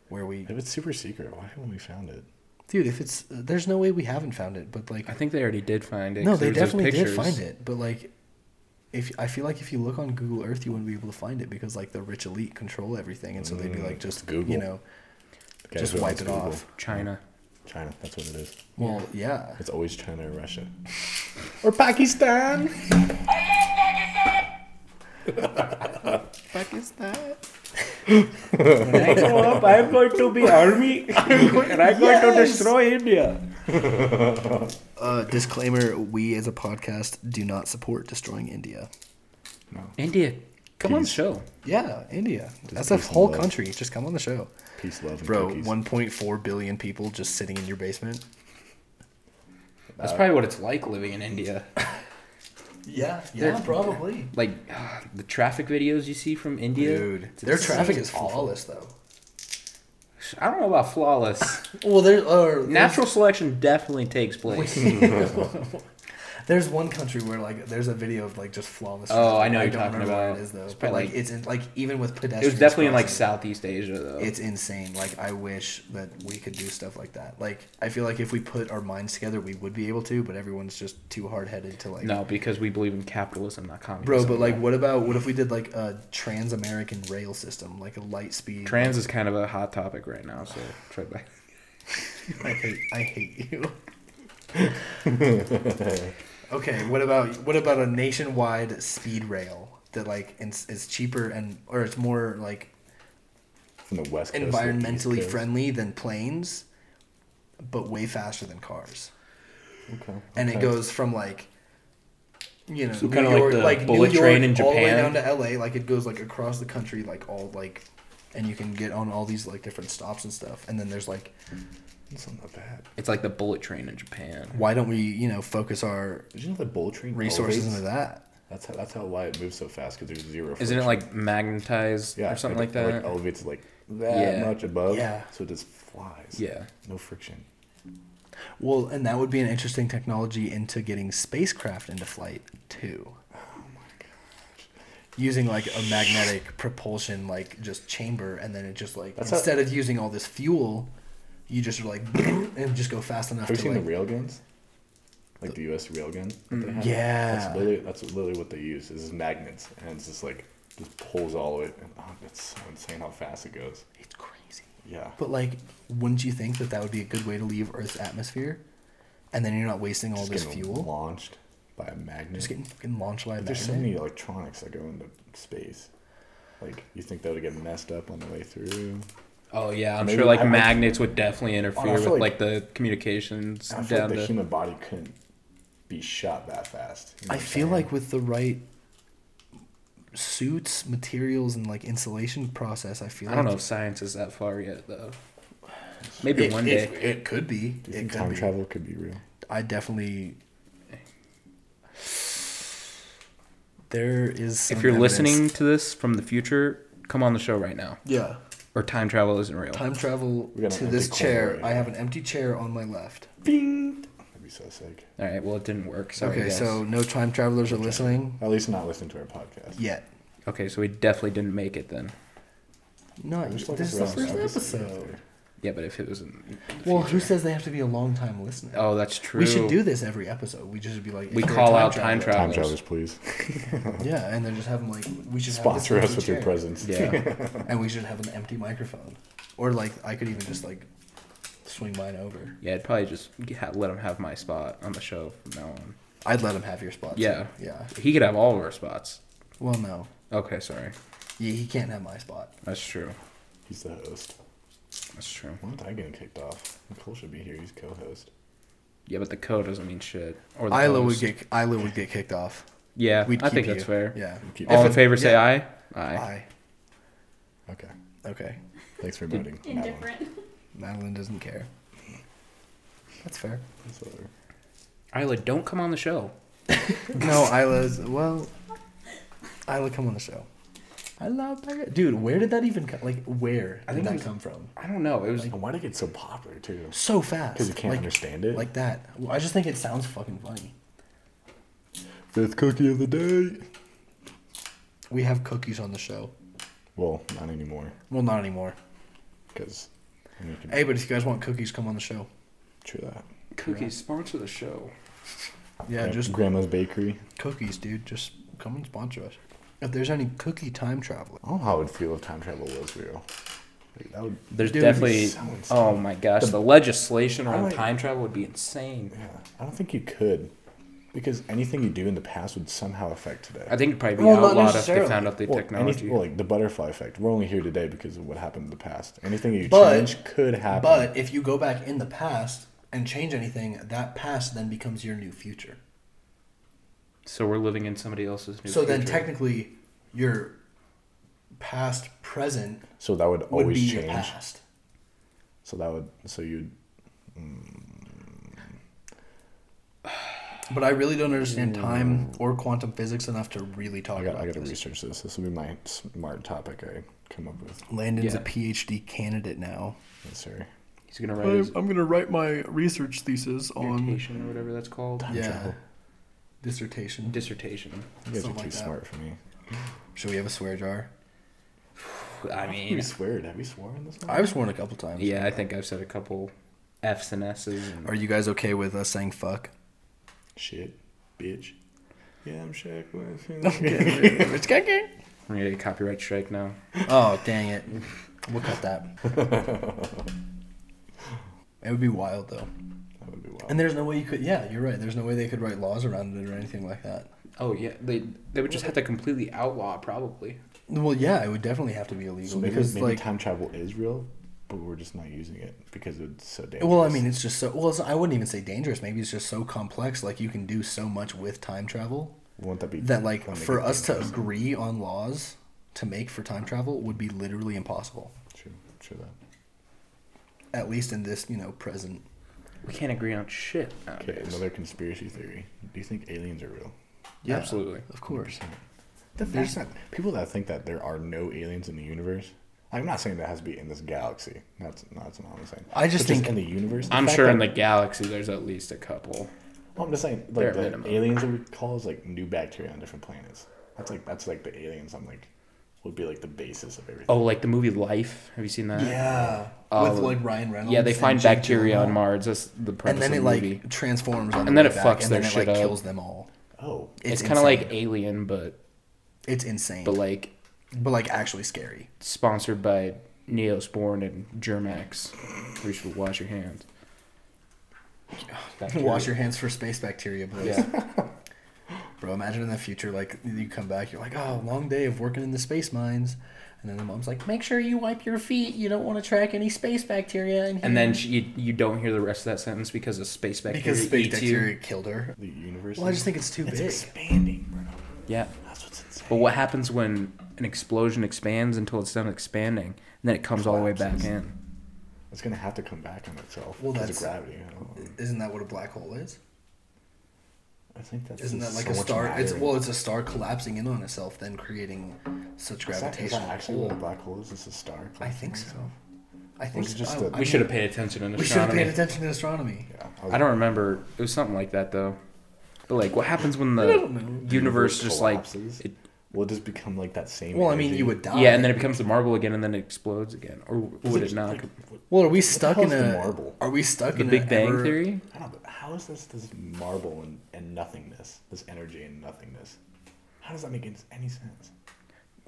Speaker 1: where we,
Speaker 3: If it's super secret, why haven't we found it?
Speaker 1: dude. If it's there's no way we haven't found it, but like
Speaker 4: I think they already did find it.
Speaker 1: no,
Speaker 4: 'cause
Speaker 1: they
Speaker 4: there was those
Speaker 1: definitely did
Speaker 4: pictures.
Speaker 1: find it, but like if I feel like if you look on Google Earth, you wouldn't be able to find it because like the rich elite control everything, and so they'd be
Speaker 3: Mm,
Speaker 1: like just
Speaker 3: Google.
Speaker 1: you know
Speaker 3: The guys
Speaker 1: just
Speaker 3: who
Speaker 1: wipe
Speaker 3: owns
Speaker 1: it
Speaker 3: Google.
Speaker 1: off.
Speaker 2: China.
Speaker 3: China. That's what it is.
Speaker 1: Well, yeah.
Speaker 3: It's always China or Russia. or Pakistan.
Speaker 1: Fuck is that?
Speaker 4: When I grow up, I'm going to be army, and I'm going to destroy
Speaker 1: *laughs*
Speaker 4: India.
Speaker 1: Uh, disclaimer: We as a podcast do not support destroying India.
Speaker 2: India. Come on the
Speaker 3: Peace.
Speaker 2: show.
Speaker 1: Yeah, India.
Speaker 3: Just
Speaker 1: That's a
Speaker 3: peace and
Speaker 1: whole
Speaker 3: love.
Speaker 1: country. Just come on the show,
Speaker 3: Peace, love, and
Speaker 1: bro.
Speaker 3: cookies. *laughs*
Speaker 1: 1.4 billion people just sitting in your basement.
Speaker 2: That's probably what it's like living in India.
Speaker 1: Yeah,
Speaker 2: yeah,
Speaker 1: probably.
Speaker 2: Like *sighs* ah, the traffic videos you see from India.
Speaker 1: Dude, *laughs*
Speaker 2: It's
Speaker 1: their
Speaker 2: insane.
Speaker 1: traffic is flawless though.
Speaker 2: I don't know about flawless.
Speaker 1: Well, there are
Speaker 2: Natural selection definitely takes place.
Speaker 1: There's one country where like there's a video of like just flawless.
Speaker 2: Oh,
Speaker 1: traffic.
Speaker 2: I know you're
Speaker 1: don't
Speaker 2: talking
Speaker 1: remember
Speaker 2: about.
Speaker 1: Where it is though,
Speaker 2: It's
Speaker 1: but
Speaker 2: probably
Speaker 1: like
Speaker 2: like-
Speaker 1: it's in, like even with pedestrians.
Speaker 2: It was definitely in like
Speaker 1: crossing,
Speaker 2: Southeast Asia though.
Speaker 3: Oh.
Speaker 1: It's insane. Like I wish that we could do stuff like that. Like I feel like if we put our minds together, we would be able to. But everyone's just too hard headed to like.
Speaker 2: no, because we believe in capitalism, not
Speaker 1: Bro,
Speaker 2: communism.
Speaker 1: but like, what about what if we did like a trans-American rail system, like a light speed?
Speaker 2: trans is kind of a hot topic right now, so tread back.
Speaker 1: I hate, I hate you. okay, what about what about a nationwide speed rail that like it's, it's cheaper and or it's more like
Speaker 3: From the West Coast. to the East
Speaker 1: environmentally
Speaker 3: Coast.
Speaker 1: friendly than planes, but way faster than cars,
Speaker 3: Okay.
Speaker 1: and it
Speaker 3: okay.
Speaker 1: goes from like. You know,
Speaker 2: So
Speaker 1: New
Speaker 2: kinda like
Speaker 1: York,
Speaker 2: the
Speaker 1: like New
Speaker 2: bullet
Speaker 1: York,
Speaker 2: train in
Speaker 1: all the way down
Speaker 2: Japan.
Speaker 1: to LA. Like it goes like across the country, like all like, and you can get on all these like different stops and stuff. And then there's like
Speaker 3: That's not bad.
Speaker 2: It's like the bullet train in Japan.
Speaker 1: why don't we you know focus our
Speaker 3: Did you know the bull train
Speaker 1: resources
Speaker 3: elevates?
Speaker 1: into that
Speaker 3: That's how, that's how why it moves so fast because there's zero.
Speaker 2: Isn't it like magnetized
Speaker 3: yeah
Speaker 2: or something
Speaker 3: it,
Speaker 2: like
Speaker 3: it,
Speaker 2: that?
Speaker 3: Like elevates like that
Speaker 2: Yeah.
Speaker 3: much above.
Speaker 1: Yeah.
Speaker 3: So it just flies.
Speaker 2: yeah.
Speaker 3: No friction.
Speaker 1: well and that would be an interesting technology into getting spacecraft into flight too
Speaker 2: Oh
Speaker 1: using like a magnetic propulsion like just chamber and then it just like
Speaker 3: That's how-
Speaker 1: instead of using all this fuel you just are like *clears throat* and just go fast enough
Speaker 3: Have
Speaker 1: to
Speaker 3: you seen
Speaker 1: like Mm-hmm.
Speaker 3: the rail guns? Like the U.S. rail gun. that they have?
Speaker 1: yeah
Speaker 3: That's literally that's literally what they use. Is just magnets and it's just like just pulls all of it and oh, that's so insane how fast it goes.
Speaker 1: it's crazy
Speaker 3: Yeah.
Speaker 1: but like wouldn't you think that that would be a good way to leave earth's atmosphere and then you're not wasting all
Speaker 3: Just
Speaker 1: this
Speaker 3: getting
Speaker 1: fuel
Speaker 3: launched by a magnet.
Speaker 1: just getting fucking launched by a
Speaker 3: But there's so
Speaker 1: magnet.
Speaker 3: many electronics that go into space. Like you think that would get messed up on the way through?
Speaker 2: Oh yeah, I'm
Speaker 3: Maybe-
Speaker 2: sure like
Speaker 3: I- I-
Speaker 2: magnets would definitely interfere with
Speaker 3: feel
Speaker 2: like,
Speaker 3: like-
Speaker 2: the communications
Speaker 3: I feel like
Speaker 2: down
Speaker 3: the
Speaker 2: to.
Speaker 3: human body couldn't be shot that fast. You know
Speaker 1: I
Speaker 3: what I'm
Speaker 1: feel
Speaker 3: saying?
Speaker 1: like with the right suits, materials, and like insulation process, I feel.
Speaker 2: I don't know
Speaker 1: like
Speaker 2: if science is that far yet though. Maybe
Speaker 1: it,
Speaker 2: one day.
Speaker 1: it, it could be.
Speaker 3: Do you
Speaker 1: It
Speaker 3: think
Speaker 1: could
Speaker 3: time
Speaker 1: be.
Speaker 3: travel could be real?
Speaker 1: I definitely. There is. Some
Speaker 2: if you're
Speaker 1: evidence-
Speaker 2: listening to this from the future, come on the show right now.
Speaker 1: yeah,
Speaker 2: Or time travel isn't real.
Speaker 1: time travel
Speaker 3: Oh, We got an
Speaker 1: to this
Speaker 3: empty corner
Speaker 1: chair.
Speaker 3: right
Speaker 1: I
Speaker 3: now.
Speaker 1: have an empty chair on my left.
Speaker 3: Bing. That'd be so sick.
Speaker 2: All right. Well, it didn't work. Sorry.
Speaker 1: okay,
Speaker 2: guys.
Speaker 1: so no time travelers are listening
Speaker 3: At least not listen to our podcast.
Speaker 1: yet.
Speaker 2: okay, so we definitely didn't make it then.
Speaker 1: No,
Speaker 3: Just
Speaker 1: this
Speaker 3: like
Speaker 1: is
Speaker 3: us
Speaker 1: the
Speaker 3: around
Speaker 1: first
Speaker 3: episode.
Speaker 1: episode.
Speaker 2: Yeah, but if it was in the
Speaker 1: Well,
Speaker 2: future-
Speaker 1: who says they have to be a long time listener?
Speaker 2: Oh, that's true.
Speaker 1: We should do this every episode. We just be like
Speaker 2: We
Speaker 1: if you're a
Speaker 2: call out time
Speaker 1: traveler-
Speaker 3: Time
Speaker 2: Travelers.
Speaker 3: travelers,
Speaker 1: *laughs*
Speaker 3: please
Speaker 1: Yeah, and then just have them like we should
Speaker 3: sponsor
Speaker 1: have
Speaker 3: us
Speaker 1: this empty
Speaker 3: with your
Speaker 1: chair,
Speaker 3: presence.
Speaker 2: Yeah.
Speaker 1: *laughs* and we should have an empty microphone, or like I could even just like swing mine over.
Speaker 2: yeah, I'd probably just ha- let him have my spot on the show from now on.
Speaker 1: I'd let him have your spot. too.
Speaker 2: Yeah.
Speaker 1: yeah.
Speaker 2: He could have all of our spots.
Speaker 1: Well, no,
Speaker 2: Okay, sorry.
Speaker 1: yeah, he can't have my spot.
Speaker 2: That's true.
Speaker 3: He's the host.
Speaker 2: That's true.
Speaker 3: Why aren't I getting kicked off? Nicole should be here. He's co-host.
Speaker 2: Yeah, but the co doesn't mean shit. Or the
Speaker 1: Isla would
Speaker 2: host.
Speaker 1: get Isla would get kicked off.
Speaker 2: Yeah,
Speaker 1: We'd
Speaker 2: I
Speaker 1: keep
Speaker 2: think
Speaker 1: you.
Speaker 2: that's fair.
Speaker 1: Yeah.
Speaker 3: Keep-
Speaker 2: All
Speaker 1: If
Speaker 2: in
Speaker 1: it-
Speaker 2: favor, say
Speaker 1: yeah.
Speaker 2: aye. Aye.
Speaker 1: Aye.
Speaker 3: Okay.
Speaker 1: Okay.
Speaker 3: Thanks for voting. on that one.
Speaker 5: Indifferent.
Speaker 1: Madeline doesn't care. That's fair.
Speaker 3: That's over.
Speaker 2: Isla, don't come on the show.
Speaker 1: No, Isla's well. Isla, come on the show. I love Becca. Dude, where did that even come? Like, where
Speaker 2: think
Speaker 1: did
Speaker 2: it
Speaker 1: that
Speaker 2: was-
Speaker 1: come from?
Speaker 2: I don't know. It was
Speaker 3: And why did it get so popular too?
Speaker 1: So fast.
Speaker 3: Because you can't
Speaker 1: like,
Speaker 3: understand it.
Speaker 1: Like that. Well, I just think it sounds fucking funny.
Speaker 3: fifth cookie of the day.
Speaker 1: We have cookies on the show.
Speaker 3: Well, not anymore.
Speaker 1: Well, not anymore.
Speaker 3: Because
Speaker 1: Hey, but if you guys want cookies, come on the show.
Speaker 3: True that.
Speaker 2: cookies sponsor the show.
Speaker 1: Yeah,
Speaker 3: Gran-
Speaker 1: just
Speaker 3: Grandma's Bakery.
Speaker 1: cookies, dude. Just Come and sponsor us. If there's any cookie time traveling.
Speaker 3: I don't know how it would feel if time travel was real. Like, that would.
Speaker 2: There's
Speaker 1: Dude,
Speaker 2: definitely.
Speaker 3: so insane.
Speaker 2: oh my gosh, the, legislation
Speaker 3: I
Speaker 2: around
Speaker 3: like-
Speaker 2: time travel would be insane.
Speaker 3: Yeah, I don't think you could, because anything you do in the past would somehow affect today.
Speaker 2: I think it'd probably be
Speaker 1: Well, not
Speaker 2: outlawed if they
Speaker 1: necessarily.
Speaker 2: found out the
Speaker 3: well,
Speaker 2: technology.
Speaker 3: Any, well, like the butterfly effect. We're only here today because of what happened in the past. Anything you
Speaker 1: But-
Speaker 3: change could happen.
Speaker 1: But if you go back in the past and change anything, that past then becomes your new future.
Speaker 2: so we're living in somebody else's new
Speaker 1: so then
Speaker 2: future.
Speaker 1: technically, your past present
Speaker 3: so that would uh,
Speaker 1: would
Speaker 3: always
Speaker 1: be your
Speaker 3: change.
Speaker 1: past.
Speaker 3: So that would. So you'd.
Speaker 1: But I really don't understand time or quantum physics enough to really talk
Speaker 3: Mm. I got.
Speaker 1: about
Speaker 3: I got to
Speaker 1: this.
Speaker 3: research this. This will be my smart topic I come up with.
Speaker 1: Landon's a
Speaker 2: Yeah.
Speaker 1: PhD candidate now.
Speaker 3: Yes, sir.
Speaker 2: he's gonna write his
Speaker 1: going to write my research thesis
Speaker 2: dissertation or whatever that's called.
Speaker 1: yeah,
Speaker 3: travel.
Speaker 1: dissertation.
Speaker 2: Dissertation.
Speaker 3: You guys
Speaker 1: Something
Speaker 3: are too
Speaker 1: like that.
Speaker 3: smart for me.
Speaker 1: Should we have a swear jar?
Speaker 2: I
Speaker 3: We
Speaker 2: mean,
Speaker 3: swear. Have we sworn in this one?
Speaker 1: I've sworn a couple times.
Speaker 2: *laughs* yeah, I think I've said a couple F's and S's. And
Speaker 1: Are you guys okay with us saying *laughs* fuck?
Speaker 3: Shit, bitch. Yeah, I'm Shaq. *laughs*
Speaker 2: We're gonna get a copyright strike now.
Speaker 1: Oh, dang it. We'll cut that.
Speaker 3: *laughs*
Speaker 1: it would be wild, though.
Speaker 3: That would be wild.
Speaker 1: And there's no way you could, yeah, you're right. There's no way they could write laws around it or anything like that.
Speaker 2: Oh yeah, they they would just have to completely outlaw probably.
Speaker 1: Well, yeah, it would definitely have to be illegal
Speaker 3: So maybe,
Speaker 1: because,
Speaker 3: maybe
Speaker 1: like,
Speaker 3: time travel is real, but we're just not using it because it's so dangerous.
Speaker 1: well, I mean, it's just so, well, it's, I wouldn't even say dangerous. Maybe it's just so complex. Like, you can do so much with time travel
Speaker 3: won't that be
Speaker 1: that, like,
Speaker 3: won't make
Speaker 1: for
Speaker 3: it
Speaker 1: us to
Speaker 3: dangerous?
Speaker 1: agree on laws to make for time travel would be literally impossible,
Speaker 3: True, true that.
Speaker 1: at least in this, you know, present.
Speaker 2: We can't agree on shit.
Speaker 3: Okay,
Speaker 2: nowadays.
Speaker 3: another conspiracy theory. Do you think aliens are real?
Speaker 1: Yeah,
Speaker 2: Absolutely.
Speaker 1: Of course.
Speaker 3: The fact that people that think that there are no aliens in the universe. I'm not saying that has to be in this galaxy. That's no, that's not what I'm saying.
Speaker 1: I just
Speaker 3: But
Speaker 1: think-
Speaker 3: in the universe.
Speaker 2: I'm
Speaker 3: fact
Speaker 2: sure
Speaker 3: that-
Speaker 2: in the galaxy there's at least a couple.
Speaker 3: Well, I'm just saying,
Speaker 2: Bare
Speaker 3: like the
Speaker 2: minimum.
Speaker 3: aliens that we call is like new bacteria on different planets. That's like that's like the aliens. I'm like would be like the basis of everything.
Speaker 2: Oh, like the movie Life. Have you seen that?
Speaker 1: Yeah.
Speaker 2: Uh,
Speaker 1: With like Ryan Reynolds.
Speaker 2: Yeah, they
Speaker 1: and
Speaker 2: find
Speaker 1: Jake
Speaker 2: bacteria on
Speaker 1: Gyllenhaal.
Speaker 2: Mars. That's the premise
Speaker 1: And then it
Speaker 2: of the movie.
Speaker 1: like transforms on the
Speaker 2: And then
Speaker 1: way
Speaker 2: it
Speaker 1: back,
Speaker 2: fucks
Speaker 1: and
Speaker 2: their
Speaker 1: then it,
Speaker 2: shit
Speaker 1: like,
Speaker 2: up.
Speaker 1: kills them all.
Speaker 3: Oh,
Speaker 2: it's
Speaker 1: It's,
Speaker 2: kind of like
Speaker 1: insane.
Speaker 2: Alien, but
Speaker 1: it's insane,
Speaker 2: but like
Speaker 1: but like actually scary.
Speaker 2: sponsored by Neosporin and Germax. You should wash your hands.
Speaker 1: Wash your hands for space bacteria, please.
Speaker 2: Yeah.
Speaker 1: *laughs* Bro, imagine in the future, like you come back, you're like, oh, long day of working in the space mines, and then the mom's like, make sure you wipe your feet. You don't want to track any space bacteria in here.
Speaker 2: And then she, you, you don't hear the rest of that sentence because of space bacteria. E
Speaker 1: because space
Speaker 2: eats you.
Speaker 1: bacteria killed her.
Speaker 3: the universe.
Speaker 1: Well, I
Speaker 3: is-
Speaker 1: just think it's too
Speaker 3: it's
Speaker 1: big.
Speaker 3: expanding, Bruno.
Speaker 2: Yeah.
Speaker 3: That's what's insane.
Speaker 2: But what happens when an explosion expands until it's done expanding, and then it comes all the way back in?
Speaker 3: It's gonna have to come back on itself
Speaker 1: Well,
Speaker 3: because of
Speaker 1: that's-
Speaker 3: gravity. I, don't know.
Speaker 1: Isn't that what a black hole is?
Speaker 3: I think that's
Speaker 1: Isn't that
Speaker 3: just
Speaker 1: like
Speaker 3: so
Speaker 1: a
Speaker 3: much
Speaker 1: star? It's
Speaker 3: matter.
Speaker 1: well, it's a star collapsing in on itself, then creating such
Speaker 3: Is that- is that
Speaker 1: gravitational
Speaker 3: actually
Speaker 1: pull.
Speaker 3: what a black hole is? It's a star.
Speaker 1: I think so. I
Speaker 3: Or
Speaker 1: think
Speaker 3: is
Speaker 1: so.
Speaker 3: it just
Speaker 1: I-
Speaker 3: a-
Speaker 1: I
Speaker 3: We
Speaker 2: We
Speaker 1: mean,
Speaker 2: should have paid attention in
Speaker 1: We should have
Speaker 2: astronomy.
Speaker 1: paid attention to astronomy.
Speaker 3: Yeah,
Speaker 2: I don't remember. It was something like that though. But like, what happens when the
Speaker 1: don't know.
Speaker 2: universe, just like
Speaker 3: collapses?
Speaker 2: it,
Speaker 3: Will it just become like that same?
Speaker 1: Well, I mean,
Speaker 3: energy?
Speaker 1: you would die.
Speaker 2: yeah, and then it becomes a marble again, and then it explodes again, or
Speaker 3: Is
Speaker 2: would it
Speaker 3: just,
Speaker 2: not?
Speaker 3: like,
Speaker 1: well, are we stuck
Speaker 3: hell
Speaker 1: in
Speaker 3: is the
Speaker 1: a
Speaker 3: marble?
Speaker 1: Are we stuck
Speaker 2: the
Speaker 1: in
Speaker 2: Big
Speaker 1: an
Speaker 2: Bang
Speaker 1: ever-
Speaker 2: Theory.
Speaker 3: I don't know, but how is this this marble and, and nothingness, this energy and nothingness? How does that make any sense?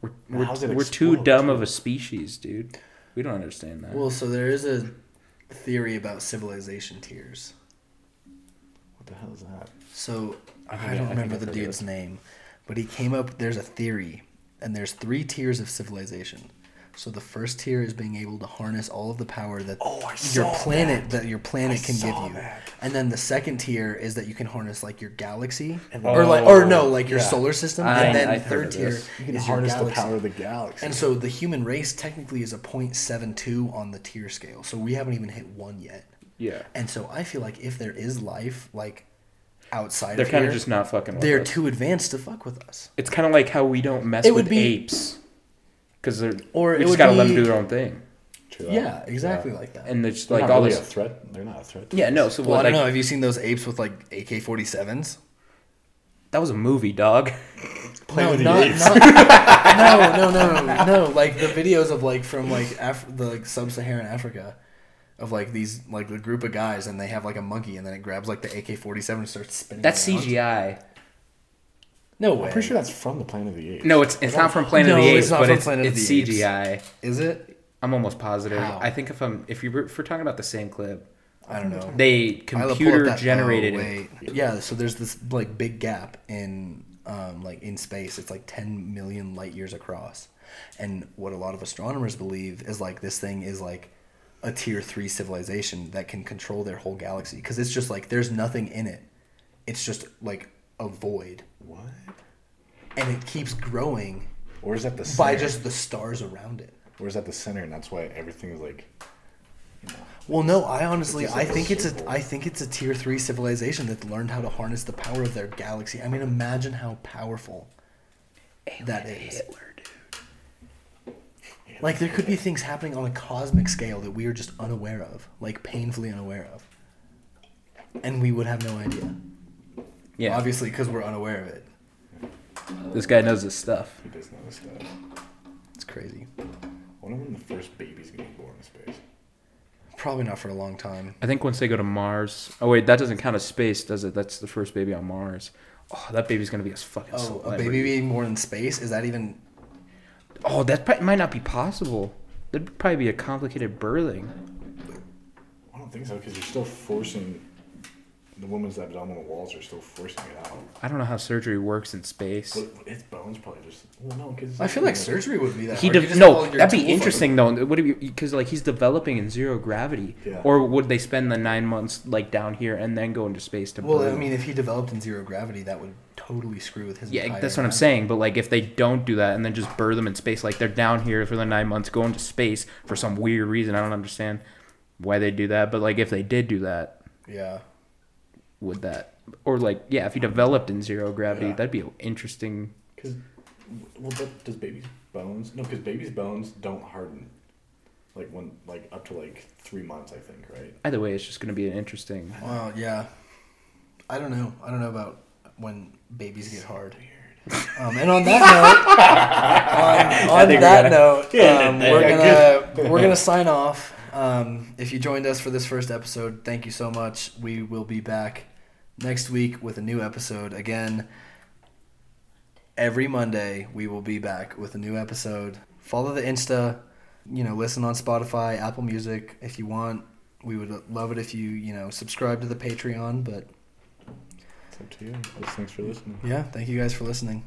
Speaker 2: We're
Speaker 3: And
Speaker 2: we're,
Speaker 3: how's it
Speaker 2: we're too
Speaker 3: explode,
Speaker 2: dumb
Speaker 3: too?
Speaker 2: of a species, dude. We don't understand that.
Speaker 1: Well, so there is a theory about civilization tiers.
Speaker 3: What the hell is that?
Speaker 1: So I,
Speaker 2: think I-
Speaker 1: don't
Speaker 2: I think
Speaker 1: remember
Speaker 2: I've
Speaker 1: the
Speaker 2: heard of
Speaker 1: dude's name, but he came up. There's a theory, and there's three tiers of civilization. So the first tier is being able to harness all of the power that
Speaker 3: Oh, I
Speaker 1: your
Speaker 3: saw
Speaker 1: planet that, your planet
Speaker 3: I
Speaker 1: can give
Speaker 3: saw
Speaker 1: you,
Speaker 3: that.
Speaker 1: and then the second tier is that you can harness like your galaxy,
Speaker 3: And
Speaker 1: or like or no, like your
Speaker 3: yeah.
Speaker 1: solar system,
Speaker 2: I-
Speaker 1: and then
Speaker 2: I've heard
Speaker 1: third
Speaker 2: of
Speaker 1: tier
Speaker 2: this.
Speaker 3: You can
Speaker 1: is your
Speaker 3: harness the
Speaker 1: galaxy.
Speaker 3: power of the galaxy.
Speaker 1: And so the human race technically is a 0.72 on the tier scale. So we haven't even hit one yet.
Speaker 2: yeah,
Speaker 1: And so I feel like if there is life, like outside
Speaker 2: they're
Speaker 1: of
Speaker 2: kind
Speaker 1: here,
Speaker 2: of just not fucking. with
Speaker 1: they're
Speaker 2: us.
Speaker 1: too advanced to fuck with us.
Speaker 2: It's kind of like how we don't mess
Speaker 1: It
Speaker 2: with
Speaker 1: would be-
Speaker 2: apes, because they're
Speaker 1: Or
Speaker 2: we
Speaker 1: it
Speaker 2: just
Speaker 1: would
Speaker 2: gotta let
Speaker 1: be-
Speaker 2: them do their own thing,
Speaker 3: True that.
Speaker 1: Yeah, exactly like that.
Speaker 2: and they're just
Speaker 3: uh, They're
Speaker 2: like
Speaker 3: not
Speaker 2: all
Speaker 3: really a
Speaker 2: this.
Speaker 3: threat. They're not a threat. to
Speaker 2: Yeah,
Speaker 3: us.
Speaker 2: no. So
Speaker 1: well, I
Speaker 2: like,
Speaker 1: don't know. Have you seen those apes with like AK 47s?
Speaker 2: that was a movie, dog.
Speaker 1: No,
Speaker 3: with the
Speaker 1: not,
Speaker 3: apes. *laughs*
Speaker 1: not, no, no, no, no. Like the videos of like from like Af- the like, sub-Saharan Africa, of like these like the group of guys, and they have like a monkey, and then it grabs like the AK forty seven and starts spinning.
Speaker 2: That's
Speaker 1: around.
Speaker 2: CGI.
Speaker 1: No way.
Speaker 3: I'm pretty sure that's from the Planet of the Apes.
Speaker 2: No, it's it's not from Planet of the
Speaker 1: No,
Speaker 2: Apes,
Speaker 1: it's not
Speaker 2: but
Speaker 1: from
Speaker 2: it's,
Speaker 1: Planet of
Speaker 2: it's
Speaker 1: the Apes.
Speaker 2: CGI.
Speaker 1: Is it?
Speaker 2: I'm almost positive.
Speaker 1: How?
Speaker 2: I think if I'm if you were, if we're talking about the same clip,
Speaker 1: I don't know.
Speaker 2: they
Speaker 1: I'll pull up
Speaker 2: computer
Speaker 1: that-
Speaker 2: generated
Speaker 1: oh,
Speaker 2: it.
Speaker 1: wait. Yeah, so there's this like big gap in um, like in space. It's like 10 million light years across, and what a lot of astronomers believe is like this thing is like a tier three civilization that can control their whole galaxy because it's just like there's nothing in it. It's just like a void,
Speaker 3: What?
Speaker 1: and it keeps growing
Speaker 3: Or is that the center?
Speaker 1: by just the stars around it.
Speaker 3: Or is that the center, and that's why everything is like.
Speaker 1: Well, no, I honestly,
Speaker 3: just
Speaker 1: I
Speaker 3: like a
Speaker 1: think it's a,
Speaker 3: symbol.
Speaker 1: I think it's a tier three civilization that learned how to harness the power of their galaxy. I mean, imagine how powerful that is. Like, there could be things happening on a cosmic scale that we are just unaware of, like painfully unaware of, and we would have no idea.
Speaker 2: Yeah,
Speaker 1: Obviously, because we're unaware of it.
Speaker 2: this guy knows his stuff.
Speaker 3: He does know this stuff.
Speaker 1: It's crazy.
Speaker 3: I wonder when the first baby's gonna be born in space.
Speaker 1: Probably not for a long time.
Speaker 2: I think once they go to Mars. Oh wait, that doesn't count as space, does it? That's the first baby on Mars. Oh, that baby's gonna be a fucking.
Speaker 1: Oh, a
Speaker 2: celebrity.
Speaker 1: baby being born in space is that even?
Speaker 2: Oh, that pri- might not be possible. That'd probably be a complicated birthing.
Speaker 3: I don't think so because you're still forcing the woman's abdominal walls are still forcing it out.
Speaker 2: I don't know how surgery works in space.
Speaker 3: But its bones probably just well no because
Speaker 1: I feel like surgery would be that.
Speaker 2: He
Speaker 1: hard. You
Speaker 2: de-
Speaker 1: just have all
Speaker 2: no,
Speaker 1: your
Speaker 2: that'd be
Speaker 1: tools on-
Speaker 2: interesting though. What because like he's developing in zero gravity,
Speaker 3: Yeah.
Speaker 2: or would they spend the nine months like down here and then go into space to?
Speaker 1: Well, I
Speaker 2: birth?
Speaker 1: mean, if he developed in zero gravity, that would totally screw with his.
Speaker 2: yeah,
Speaker 1: entire
Speaker 2: that's what I'm
Speaker 1: life.
Speaker 2: saying. But like if they don't do that and then just burn them in space, like they're down here for the nine months, going to space for some weird reason. I don't understand why they do that. But like if they did do that,
Speaker 1: Yeah,
Speaker 2: would that or like yeah, if he developed in zero gravity,
Speaker 3: Yeah.
Speaker 2: that'd be interesting.
Speaker 3: because well but does baby's bones no because baby's bones don't harden like when like up to like three months I think right
Speaker 2: Either way, it's just gonna be an interesting.
Speaker 1: well, yeah. I don't know. I don't know about when babies get hard. Um, and on
Speaker 2: *laughs*
Speaker 1: that note, on, on that note, um, we're gonna we're gonna sign off. Um, if you joined us for this first episode, thank you so much. We will be back next week with a new episode again. every Monday we will be back with a new episode. Follow the Insta, you know, listen on Spotify, Apple Music if you want. We would love it if you, you know, subscribe to the Patreon, but
Speaker 3: it's up to you. Thanks for listening.
Speaker 1: yeah, thank you guys for listening.